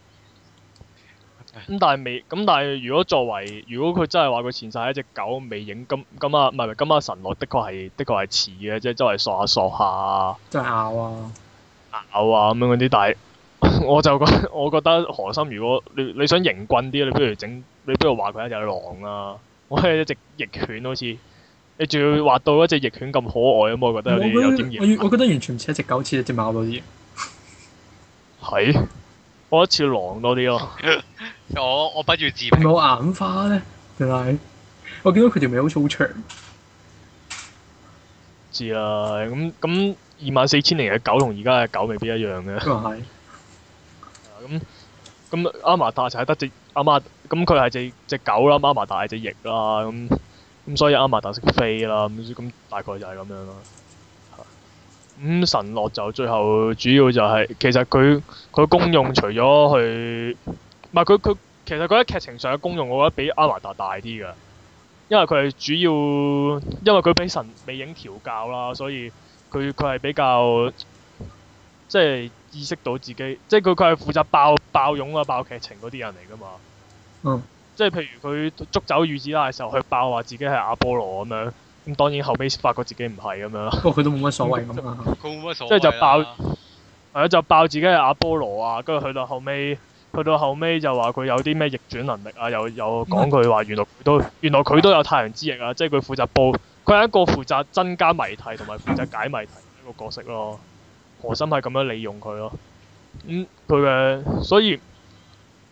Speaker 1: 咁咁，但係微咁，但係如果作為如果佢真係話佢前世係一隻狗微影，咁咁啊，唔係唔係咁啊，神樂的確係的確係似嘅，即係周圍索下索下啊
Speaker 3: 真係咬啊！
Speaker 1: 咬啊咁樣嗰啲，但係 *laughs* 我就覺 *laughs* 得我覺得何心，如果你你想型棍啲，你不如整，你不如話佢一隻狼啦、我係一隻翼犬好似，你仲要畫到一隻翼犬咁可愛咁，我覺
Speaker 3: 我
Speaker 1: 得有啲有
Speaker 3: 覺
Speaker 1: 啲
Speaker 3: 得我
Speaker 1: 嫌
Speaker 3: 要我覺得完全唔似一隻狗，似一隻貓多啲。
Speaker 1: 係，我覺得似狼多啲咯，
Speaker 2: 我我不如自
Speaker 3: 係咪
Speaker 2: 評，
Speaker 3: 我眼花咧？定係我見到佢條尾好似好長，
Speaker 1: 知啦。咁咁二萬四千年嘅狗同而家嘅狗未必一樣嘅。
Speaker 3: 佢話啊係
Speaker 1: 咁咁阿瑪達就係得隻阿瑪，咁佢係隻只狗啦，阿瑪達係隻翼啦，咁咁所以阿瑪達識飛啦，咁咁大概就係咁樣啦。咁神樂就最後主要就係、其實佢佢功用除咗去，唔係佢佢其實佢喺劇情上嘅功用，我覺得比阿瑪達大啲㗎，因為佢係主要因為佢俾神美影調教啦，所以佢佢係比較即係意識到自己，即係佢佢係負責爆爆勇啊、爆劇情嗰啲人嚟噶嘛。
Speaker 3: 嗯。
Speaker 1: 即係譬如佢捉走雨子拉嘅時候，佢爆話自己係阿波羅咁樣，咁當然後尾發覺自己唔係咁樣啦。
Speaker 3: 不過佢都冇乜所謂咁 *laughs* 啊。
Speaker 2: 佢冇乜所
Speaker 1: 即
Speaker 2: 謂
Speaker 1: 係就爆
Speaker 2: 啦
Speaker 1: 係啊，就爆自己係阿波羅啊，跟住去到後尾，去到後尾就話佢有啲咩逆轉能力啊，又又講佢話原來佢都原來佢都有太陽之翼啊，即係佢負責報，佢係一個負責增加謎題同埋負責解謎題嘅一個角色咯。何心係咁樣利用佢咯。咁佢嘅所以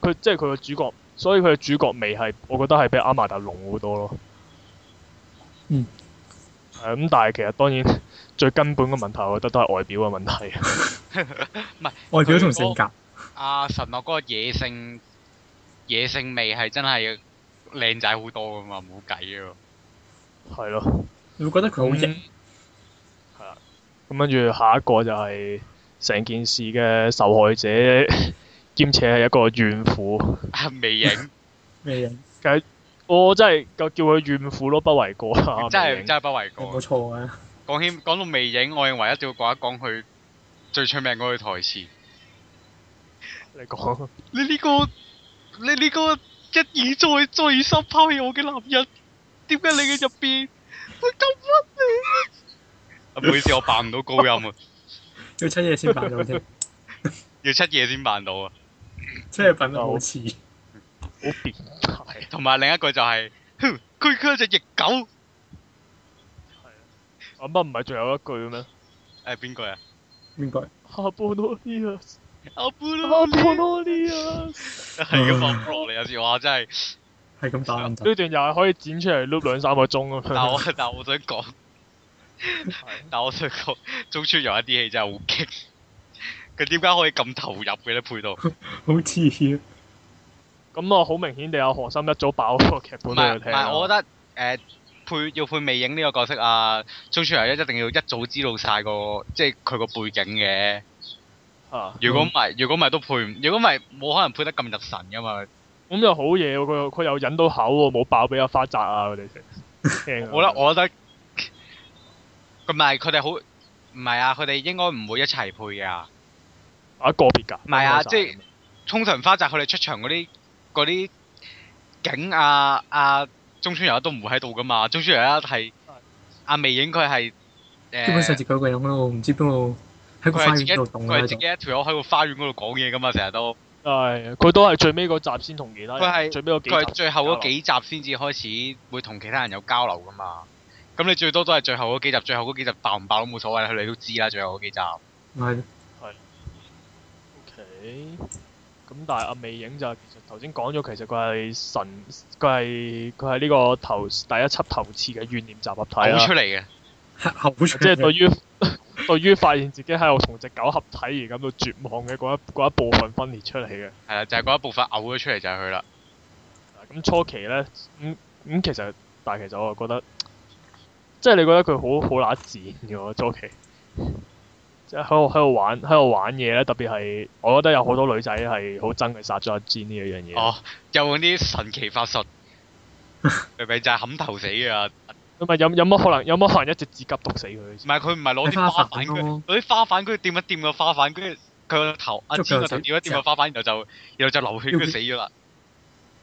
Speaker 1: 佢即係佢嘅主角，所以佢嘅主角味係我覺得係比阿瑪達濃好多咯。
Speaker 3: 嗯。
Speaker 1: 係啊咁、但係其實當然最根本嘅問題，我覺得都係外表嘅問題。
Speaker 3: 外表同性格，
Speaker 2: 阿神樂嗰個野性野性味係真係靚仔好多噶嘛，冇計 *laughs* 啊！
Speaker 1: 係咯。
Speaker 3: 你會覺得佢好型。
Speaker 1: 係啦，咁跟住下一個就係成件事嘅受害者， *laughs* 兼且係一個怨婦。
Speaker 2: 啊，
Speaker 1: *laughs*
Speaker 2: 未影
Speaker 3: 咩人？
Speaker 1: 我真係叫叫佢怨婦都不為過啦。
Speaker 2: *laughs* 真
Speaker 1: 明
Speaker 2: 係
Speaker 1: 明
Speaker 2: 真係不為過
Speaker 1: 哦
Speaker 3: 冇。錯啊嘅。
Speaker 2: 講起講到未影，我認為一定要講一講佢最出名嗰句台詞。
Speaker 1: 你講
Speaker 2: 你呢、個你呢個一而再再而三拋棄我嘅男人，點解你嘅入邊會咁屈你？唔好意思，我扮唔到高音啊，
Speaker 3: 要七夜先扮到
Speaker 1: *laughs*
Speaker 3: 啫，
Speaker 2: 要七夜先扮到啊。
Speaker 3: 七夜扮得好似。
Speaker 1: 好變態，
Speaker 2: 同埋另一句就係、哼，佢佢係只翼狗。
Speaker 1: 啊乜唔係仲有一句咩？
Speaker 2: 誒邊句啊？
Speaker 3: 應該
Speaker 1: 阿波羅尼亞斯，
Speaker 2: 阿布
Speaker 1: 阿
Speaker 2: 魯
Speaker 1: 波羅尼亞斯
Speaker 2: 係咁放落嚟有時，哇！真係，
Speaker 3: 係咁打唔得。
Speaker 1: 呢段又係可以剪出嚟碌兩三個鐘咁
Speaker 2: 但我
Speaker 1: 樣。
Speaker 2: 但我想講，
Speaker 1: 係
Speaker 2: 但我想講，中村有一啲戲真係好激，佢點解可以咁投入嘅咧？配到
Speaker 3: 好似
Speaker 1: 咁啊，好明顯地有何心一早爆咗個劇
Speaker 2: 唔
Speaker 1: 本俾
Speaker 2: 係
Speaker 1: 佢
Speaker 2: 唔
Speaker 1: 聽啊
Speaker 2: 係，我
Speaker 1: 啦。
Speaker 2: 覺得誒、呃配要配魅影呢個角色啊，鍾舒悠一定要一早知道晒個即係佢個背景嘅。
Speaker 1: 啊
Speaker 2: 如果唔係，如果唔係都配唔，如果唔係冇可能配得咁入神噶嘛。
Speaker 1: 咁又好嘢喎，佢又佢又忍到口喎，冇爆俾阿花澤啊佢哋啊
Speaker 2: *laughs*
Speaker 1: 食。
Speaker 2: 我覺得我覺得咁，但係佢哋好唔係啊，佢哋應該唔會一齊配㗎。
Speaker 1: 啊個別㗎。
Speaker 2: 唔係啊，
Speaker 1: 分開晒
Speaker 2: 即係通常花澤佢哋出場嗰啲嗰啲景啊啊，中村悠一都唔會喺度噶嘛。中村悠一係阿魅影佢係誒，
Speaker 3: 基本上自己一個人咯，唔知邊度喺個
Speaker 2: 佢係
Speaker 3: 花
Speaker 2: 自己
Speaker 3: 園度動
Speaker 2: 佢係
Speaker 3: 喺
Speaker 2: 自己
Speaker 3: 度。
Speaker 2: 一條友喺個花園嗰度講嘢噶嘛，成日都
Speaker 1: 係佢都係最尾嗰集先同其他人。
Speaker 2: 佢係
Speaker 1: 最尾嗰幾集
Speaker 2: 佢係最後嗰幾集先至開始會同其他人有交流噶嘛。咁你最多都係最後嗰幾集，最後嗰幾集爆唔爆都冇所謂啦，佢哋都知啦。最後嗰幾集，
Speaker 3: 係
Speaker 1: O.K. 咁但係阿魅影就其實頭先講咗，其實佢係神，佢係佢係呢個頭第一輯頭次嘅怨念集合體
Speaker 2: 講
Speaker 1: 啦
Speaker 2: 出。嚟嘅。
Speaker 3: 後悔
Speaker 1: 即係對於 *laughs* 對於發現自己喺度同只狗合體而感到絕望嘅嗰一嗰一部分分裂出嚟嘅。
Speaker 2: 係啊啦，就係嗰一部分嘔咗出嚟就係佢啦。
Speaker 1: 啊咁初期咧，咁、咁其實但係其實我覺得，即係你覺得佢好好乸賤嘅喎初期，即係喺度喺度玩喺度玩嘢咧，特別係我覺得有好多女仔係好憎佢殺咗阿 Jean 呢一樣嘢。
Speaker 2: 哦，又用啲神奇法
Speaker 3: *laughs*
Speaker 2: 術，明明就係冚頭死嘅啊。
Speaker 1: 咁啊，有有乜可能有乜可能一隻指甲毒死佢？
Speaker 2: 唔係佢唔係攞
Speaker 3: 睇
Speaker 2: 啲花
Speaker 3: 花
Speaker 2: 瓣，
Speaker 3: 瓣
Speaker 2: 佢
Speaker 3: 咯，
Speaker 2: 攞啲花瓣，跟住掂一掂個花瓣，跟住佢個頭阿
Speaker 3: 捉
Speaker 2: 尖個
Speaker 3: 佢個
Speaker 2: 頭
Speaker 3: 手
Speaker 2: 掂一掂個花瓣，然後就然後就流血，
Speaker 3: 要
Speaker 2: 跟住死咗啦。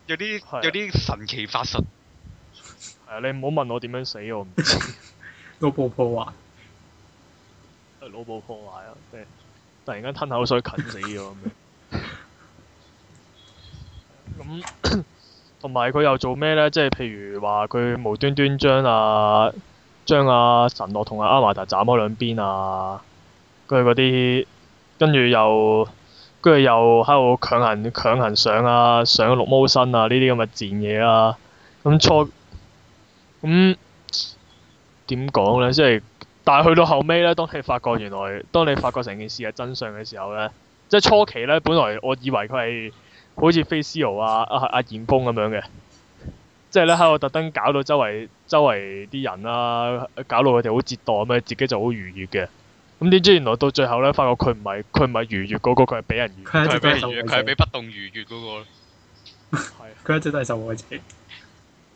Speaker 2: 有啲
Speaker 1: 係啊
Speaker 2: 有啲神奇法術，
Speaker 1: 係啊，你唔好問我點樣死，我唔知。
Speaker 3: 老婆婆話
Speaker 1: 腦部破壞啊！即係突然間吞口水近死咗咁樣。咁同埋佢又做咩咧？即係譬如話佢無端端將啊將啊神樂同阿阿瑪達斬開兩邊啊，跟住嗰啲跟住又跟住又喺度強行強行上啊上綠毛身啊呢啲咁嘅賤嘢啊。咁初咁點講咧？即係。但係去到後尾咧，當你發覺原來，當你發覺成件事係真相嘅時候咧，即係初期咧，本來我以為佢係好似 Faceal 啊啊啊嚴峰咁樣嘅，即係咧喺度特登搞到周圍周圍啲人啦、搞到佢哋好折墮咁樣，自己就好愉悅嘅。咁點知原來到最後咧，發覺佢唔係佢唔係愉悅嗰、個，佢係俾人愉
Speaker 2: 佢
Speaker 3: 佢係一
Speaker 2: 係
Speaker 3: 直
Speaker 2: 俾
Speaker 3: 都係
Speaker 2: 人
Speaker 3: 受
Speaker 2: 愉
Speaker 3: 害
Speaker 2: 佢係俾
Speaker 3: 者，
Speaker 2: 不動如月嗰個咯。
Speaker 1: 係。
Speaker 3: 佢一直都係受害者。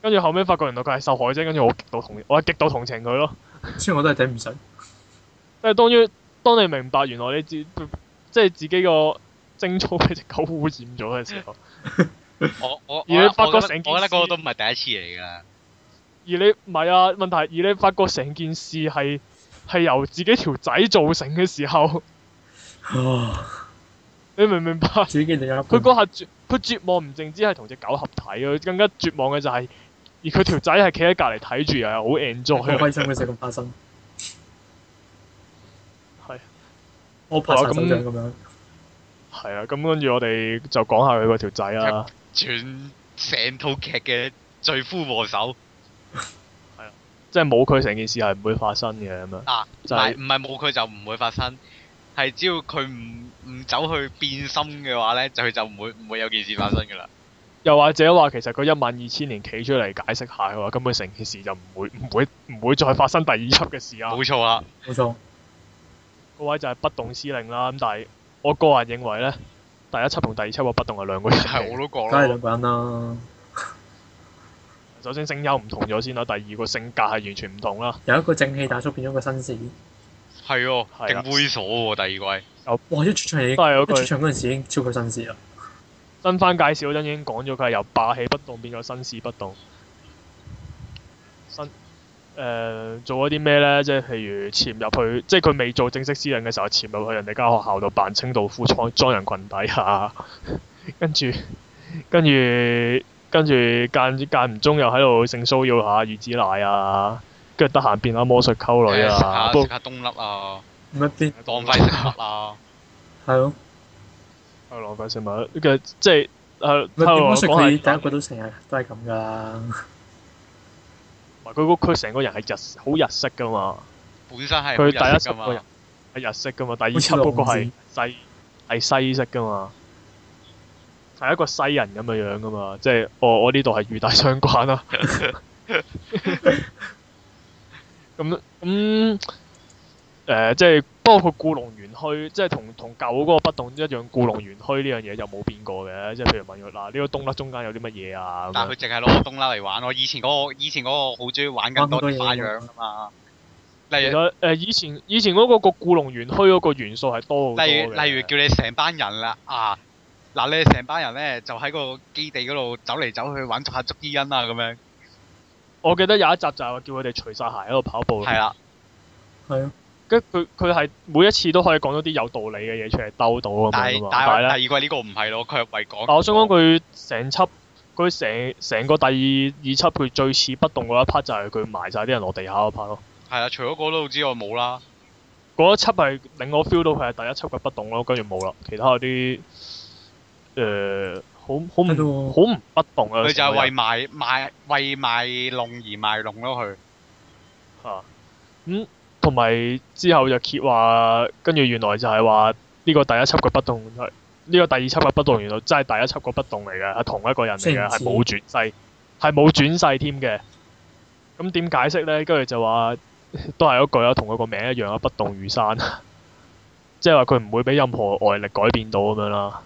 Speaker 1: 跟住後尾發覺原來佢係受害者，跟住我極度同我係極度同情佢咯。
Speaker 3: 雖然我都係頂唔順，
Speaker 1: 即係當於當你明白原來你自即係自己個精草俾只狗污染咗嘅時候，而 *laughs*
Speaker 2: 我我我
Speaker 1: 而你發覺成件事
Speaker 2: 我覺得嗰個都唔係第一次嚟㗎。
Speaker 1: 你唔係啊問題，而你發覺成件事係係由自己條仔造成嘅時候， *laughs*
Speaker 3: 啊
Speaker 1: 你明唔明白？
Speaker 3: 自己就有一
Speaker 1: 佢
Speaker 3: 半
Speaker 1: 嗰下絕佢絕望唔淨止係同只狗合體啊，佢更加絕望嘅就係、而佢條仔係企喺隔離睇住，又係好
Speaker 3: 好
Speaker 1: enjoy 啊。
Speaker 3: 開心嘅事咁發生。
Speaker 1: 係。 *laughs*
Speaker 3: 我拍晒
Speaker 1: 好啊
Speaker 3: 手
Speaker 1: 咁
Speaker 3: 掌咁樣，
Speaker 1: 係啊，咁跟住我哋就講下佢個條仔啊啦。
Speaker 2: 全成套劇嘅罪夫禍首
Speaker 1: 即係冇佢成件事係唔會發生嘅咁樣。
Speaker 2: 啊，唔
Speaker 1: 就係
Speaker 2: 係唔係冇佢就唔會發生，係只要佢唔唔走去變心嘅話咧，就佢就唔會唔會有件事發生㗎啦。
Speaker 1: 又或者話其實佢一萬二千年企出嚟解釋下嘅話，根本成件事就唔會唔會唔會再發生第二輯嘅事啊！
Speaker 2: 冇錯啦，
Speaker 3: 冇錯。
Speaker 1: 嗰位就係不動司令啦。咁但係我個人認為咧，第一輯同第二輯個不動係兩個人嚟
Speaker 2: 係
Speaker 1: 嘅。
Speaker 2: 我都講
Speaker 3: 梗係
Speaker 2: 啦。
Speaker 3: 兩個人啦，
Speaker 1: 首先聲優唔同咗先啦，第二個性格係完全唔同啦。
Speaker 3: 由一個正氣大叔變咗個紳士。
Speaker 2: 係喎，
Speaker 1: 係
Speaker 2: 勁
Speaker 1: 啊
Speaker 2: 猥瑣喎第二季。
Speaker 3: 哇！一出場已
Speaker 1: 都
Speaker 3: 經
Speaker 1: 係
Speaker 3: 一
Speaker 1: 嗰
Speaker 3: 出
Speaker 1: 句
Speaker 3: 場嗰陣時已經超級紳士啦。
Speaker 1: 新番介紹嗰陣已經講咗，佢係由霸氣不動變咗紳士不動。新誒、呃做咗啲咩咧？即係譬如潛入去，即係佢未做正式司令嘅時候，潛入去人哋間學校度扮清道夫，裝裝人裙底啊， *laughs* 跟住跟住跟住間間唔中又喺度性騷擾下魚子奶啊，跟住得閒變下魔術溝女
Speaker 2: 誒食
Speaker 1: 啊，
Speaker 2: 下
Speaker 1: 不
Speaker 2: 食
Speaker 1: 過
Speaker 2: 下冬粒啊，
Speaker 3: 咁一邊
Speaker 2: 浪費食物啊，
Speaker 3: 係咯，
Speaker 1: 係啊浪費食物，跟住即係呃誒
Speaker 3: 咪點講識佢
Speaker 1: 講
Speaker 3: 第
Speaker 1: 下
Speaker 3: 一個都成日都係咁噶啦。
Speaker 1: 唔係佢個佢成個人係日好日式噶嘛。
Speaker 2: 本身係
Speaker 1: 佢第
Speaker 2: 好日
Speaker 1: 一
Speaker 2: 式㗎
Speaker 1: 輯
Speaker 2: 嘛
Speaker 1: 嗰人係日式噶嘛，第二輯嗰個係西係西式噶嘛，係一個西人咁嘅樣噶嘛，即係我我呢度係
Speaker 2: *laughs*
Speaker 1: 語帶相關啦。咁咁誒，呃即係不過佢故弄玄虛，即係同同舊嗰個不動一樣，故弄玄虛呢樣嘢又冇變過嘅。即係譬如問佢嗱，呢個東甩中間有啲乜嘢啊？咁
Speaker 2: 但
Speaker 1: 樣
Speaker 2: 係佢淨係攞個東啦嚟玩咯。以前嗰、個以前嗰個好中意玩更多啲花樣噶嘛。例
Speaker 1: 其
Speaker 2: 如
Speaker 1: 實誒以前以前嗰個個故弄玄虛嗰個元素係多好多
Speaker 2: 例如
Speaker 1: 嘅
Speaker 2: 例如叫你成班人啦啊，嗱你哋成班人咧就喺個基地嗰度走嚟走去玩下捉伊恩啊咁樣。
Speaker 1: 我記得有一集就係話叫佢哋除晒鞋喺度跑步。
Speaker 2: 係啊啦，
Speaker 3: 係啊，
Speaker 1: 跟住佢佢係每一次都可以講到啲有道理嘅嘢出嚟兜到咁
Speaker 2: 但
Speaker 1: 樣噶
Speaker 2: 係
Speaker 1: 嘛。
Speaker 2: 但
Speaker 1: 但係
Speaker 2: 係
Speaker 1: 咧，
Speaker 2: 第二季呢個唔係咯，佢係為講。
Speaker 1: 但我想講佢成輯，佢成成個第二二輯佢最似不動嗰一 part 就係佢埋晒啲人落地下嗰 part 咯。
Speaker 2: 係啊，除咗嗰度之外冇啦。
Speaker 1: 嗰一輯係令我 feel 到佢係第一輯嘅不動咯，跟住冇啦，其他嗰啲誒好好
Speaker 3: 係咯
Speaker 1: 唔好唔不動啊！
Speaker 2: 佢就
Speaker 1: 成
Speaker 2: 係
Speaker 1: 個人
Speaker 2: 為賣賣為賣弄而賣弄咯，佢
Speaker 1: 啊，咁同埋之後就揭話，跟住原來就係話呢個第一輯嘅不動，呢、個第二輯嘅不動原來真係第一輯個不動嚟嘅，係同一個人嚟
Speaker 3: 即係
Speaker 1: 嘅，
Speaker 3: 唔
Speaker 1: 係
Speaker 3: 似
Speaker 1: 冇轉世，係冇轉世添嘅。咁點解釋呢？跟住就話都係嗰句啦，同佢個名一樣啊啦，不動如山，啊即係話佢唔會俾任何外力改變到咁樣啦。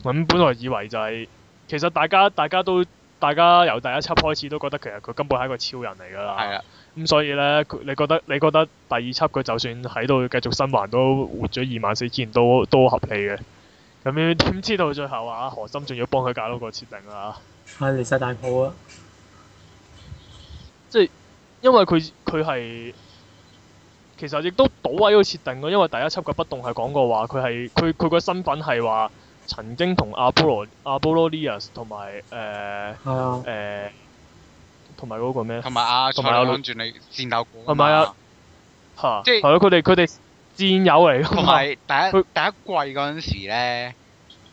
Speaker 1: 咁本來以為就係、其實大家大家都大家由第一輯開始都覺得其實佢根本係一個超人嚟㗎啦。
Speaker 2: 係啊，
Speaker 1: 咁所以咧，佢你覺得你覺得第二輯佢就算喺度繼續生還都活咗二萬四千年都都合理嘅。咁樣點知道最後啊，何心仲要幫佢搞到個設定啊？
Speaker 3: 係離晒大譜啊！
Speaker 1: 因為佢佢係其實亦都倒位個設定咯，因為第一輯嘅不動係講過話佢係佢佢個身份係話曾經同阿波羅阿波羅尼亞斯同埋誒
Speaker 3: 係啊，
Speaker 1: 誒同埋嗰個咩
Speaker 2: 同埋阿蔡
Speaker 1: 同埋阿
Speaker 2: 朗
Speaker 1: 老
Speaker 2: 轉你戰鬥過，
Speaker 1: 係咪啊？嚇？
Speaker 2: 即係
Speaker 1: 係咯，佢哋佢哋戰友嚟㗎嘛
Speaker 2: 同埋第一
Speaker 1: 啊佢
Speaker 2: 第一季嗰陣時咧，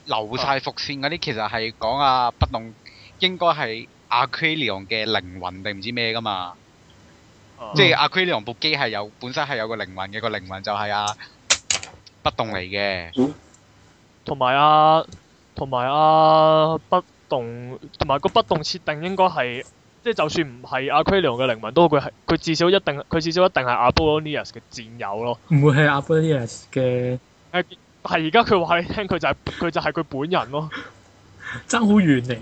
Speaker 2: 留晒伏線嗰啲其實係講阿不動應該係阿 q u i l i o n 嘅靈魂定唔知咩噶嘛，
Speaker 1: 啊
Speaker 2: 即係阿 q u i l i o n 部機係有本身係有個靈魂嘅，個靈魂就係阿不動嚟嘅，
Speaker 1: 同埋啊，同埋啊，不動，同埋個不動設定應該係，即係就算唔係阿 q u i l i o n 嘅靈魂，都好佢係佢至少一定，佢至少一定係阿 b o l o n i u s 嘅戰友咯。
Speaker 3: 唔會係 a b o l i a s 嘅
Speaker 1: 但係而家佢話你聽，佢就係、佢就係佢本人咯。
Speaker 3: 爭好遠嚟，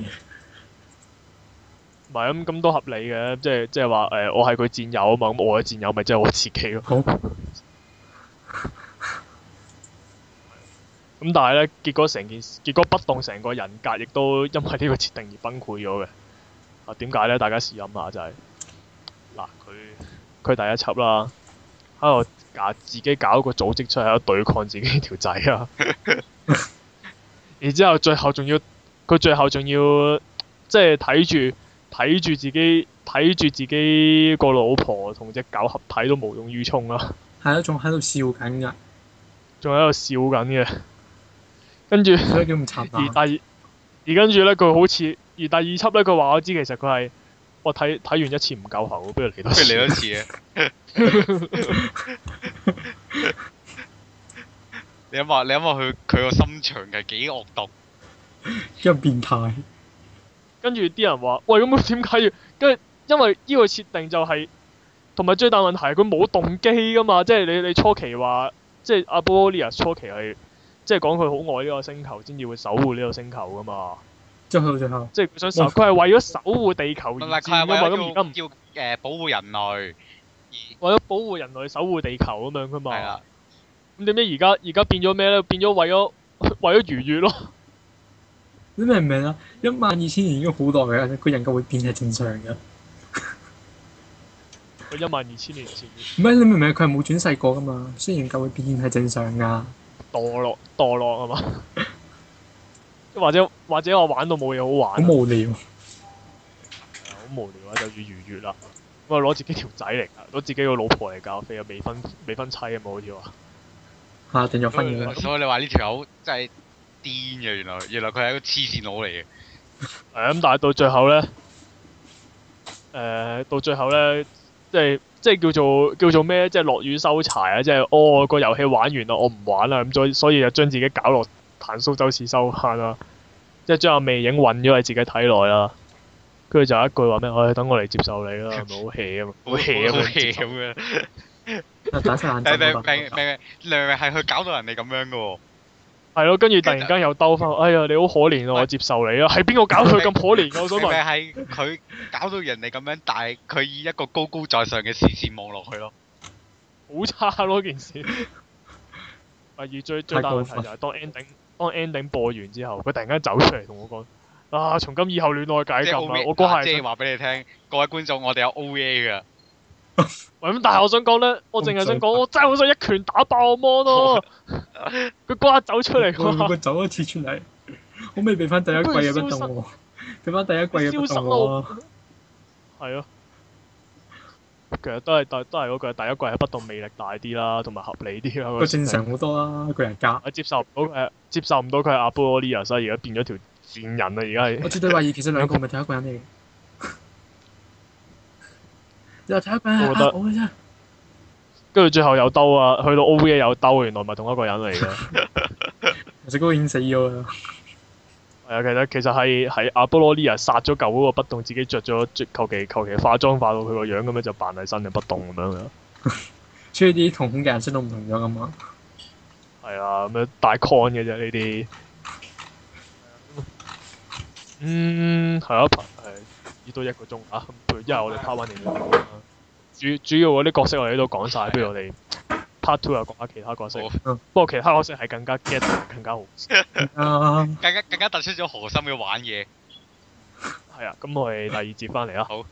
Speaker 1: 唔係咁咁都合理嘅，即係即係話誒，我係佢戰友啊嘛，咁我嘅戰友咪即係我自己咯。
Speaker 3: 好
Speaker 1: 咁但係咧，結果成件事，結果不動成個人格，亦都因為呢個設定而崩潰咗嘅。啊，點解咧？大家試諗下就係、嗱，佢佢第一輯啦，喺度搞自己搞一個組織出嚟，喺度對抗自己條仔啊。然之後最後仲要，佢最後仲要即係睇住睇住自己睇住自己個老婆同只狗合體都無動於衷啦。
Speaker 3: 係一種喺度笑緊㗎，
Speaker 1: 仲喺度笑緊嘅。跟住
Speaker 3: 所以叫唔
Speaker 2: 啊
Speaker 3: 殘忍。
Speaker 1: 而第二而跟住咧，佢好似而第二輯咧，佢話我知其實佢係我睇睇完一次唔夠喉，不如嚟多
Speaker 2: 不如
Speaker 1: 次。
Speaker 2: 你多次啊！你諗下，你諗 *laughs* 下佢佢個心腸係幾惡毒？
Speaker 3: 一個變態，
Speaker 1: *laughs* 跟住啲人話：喂，咁佢點解要？跟住因為呢個設定就係、同埋最大問題係佢冇動機噶嘛，即係你你初期話，即係阿波利亞初期係即係講佢好愛呢個星球，先至會守護呢個星球噶嘛。
Speaker 3: 最後最後
Speaker 1: 即係佢想守，佢係為咗守護地球
Speaker 2: 唔
Speaker 1: 而
Speaker 2: 係佢
Speaker 1: 戰
Speaker 2: 係
Speaker 1: 噶嘛。咁
Speaker 2: 為
Speaker 1: 而家唔
Speaker 2: 咗要要誒保護人類，
Speaker 1: 為咗保護人
Speaker 2: *laughs*
Speaker 1: 類、守護地球咁樣噶嘛。
Speaker 2: 係啊啦。
Speaker 1: 咁點解而家而家變咗咩咧？變咗為咗 *laughs* 為咗愉悅咯。
Speaker 3: 你明唔明啊？一萬二千年已經好耐嘅，佢人格會變係正常嘅。
Speaker 1: 佢一萬二千年前
Speaker 3: 唔係你明唔明？佢係冇轉世過噶嘛，雖然人格會變係正常㗎。
Speaker 1: 墮落墮落係啊嘛？ *laughs* 或者或者我玩到冇嘢好
Speaker 3: 好
Speaker 1: 玩，好
Speaker 3: 無聊，
Speaker 1: 無聊啊，就要愉悅啦。咁啊攞自己條仔嚟搞，攞自己個老婆嚟搞飛啊，未婚未婚妻啊嘛，好似話。
Speaker 3: 下定咗
Speaker 2: 所
Speaker 3: 婚
Speaker 2: 以
Speaker 3: 嘅，
Speaker 2: 所以你話呢條友真係癲嘅，原來原來佢係一個黐線佬嚟嘅。
Speaker 1: 係咁，但係到最後咧，誒、到最後咧，即係即係叫做叫做咩？即係落雨收柴啊！即係哦，個遊戲玩完啦，我唔玩啦，咁所以所以就將自己搞落彈蘇州市收翻啦。即係將阿魅影混咗喺自己體內啦。跟住就一句話咩？唉、等我嚟接受 *laughs* 你啦，係咪好 hea 啊？好 hea
Speaker 2: 好
Speaker 1: 啊！
Speaker 2: 氣咁樣。
Speaker 3: 打晒眼
Speaker 2: 明明
Speaker 3: 震
Speaker 2: 明明明明係佢搞到人哋咁樣噶喎。
Speaker 1: 係咯，跟住突然間又兜翻，哎呀，你好可憐啊！我接受你啊！係邊個搞佢咁可憐㗎？啊我想
Speaker 2: 明明
Speaker 1: 問。
Speaker 2: 係佢搞到人哋咁樣，但係佢以一個高高在上嘅視線望落去咯。
Speaker 1: 好差咯件事。啊，而最最大問題就係當 ending 當 ending 播完之後，佢突然間走出嚟同我講：啊，從今以後戀愛
Speaker 2: 即
Speaker 1: 解
Speaker 2: 係
Speaker 1: 禁
Speaker 2: O
Speaker 1: 啦！
Speaker 2: V，
Speaker 1: 我嗰下係
Speaker 2: 即係
Speaker 1: 想
Speaker 2: 話俾你聽，各位觀眾，我哋有 O V A 噶。
Speaker 1: 喂咁，但係我想講咧，我淨係想講，我真係好想一拳打爆我 mon 咯！佢嗰下走出嚟
Speaker 3: *laughs* 我
Speaker 1: 嗰
Speaker 3: 佢
Speaker 1: 下，
Speaker 3: 走一次出嚟，可唔可以俾翻第一季嘅不
Speaker 1: 不
Speaker 3: 動
Speaker 1: 如
Speaker 3: 我？俾翻第一季嘅
Speaker 1: 消
Speaker 3: 不
Speaker 1: 失
Speaker 3: 動
Speaker 1: 咯
Speaker 3: 我啊。
Speaker 1: 係咯。其實都係都都係嗰句，第一季係不動魅力大啲啦，同埋合理啲啦。
Speaker 3: 個正常好多啦，個人格。
Speaker 1: 我接受唔到佢係，接受唔到佢係阿波利亞，所以而家變咗條賤人啦！而家係
Speaker 3: 我。絕對懷疑其實兩個唔係同一個人嚟嘅。又睇一個人係
Speaker 1: 我覺得
Speaker 3: 呃我嘅啫，
Speaker 1: 跟住最後又兜啊，去到 O.V. 又兜，原來唔係同一個人嚟嘅。 *laughs* 係
Speaker 3: 其實嗰個已經死咗啦。
Speaker 1: 啊，其實其實係係阿波羅尼亞殺咗舊嗰個不動，自己着咗着求其求其化妝化到佢個樣咁樣就扮係新嘅不動咁樣嘅。
Speaker 3: 所以啲瞳孔嘅人生都唔同咗噶啊嘛。
Speaker 1: 係啊，咁樣大 con 嘅啫呢啲。嗯，係啊，係依都一個鐘啊，咁因為我哋 part one 嚟講啦啊主主要嗰啲角色我哋都講晒，不如我哋 part two 又講下其他角色。
Speaker 3: 好
Speaker 1: 不過其他角色係更加 get 更加好。
Speaker 3: 啊，
Speaker 2: 更加更加突出咗何心嘅玩嘢。
Speaker 1: 係啊，咁我哋第二節翻嚟啦。
Speaker 2: 好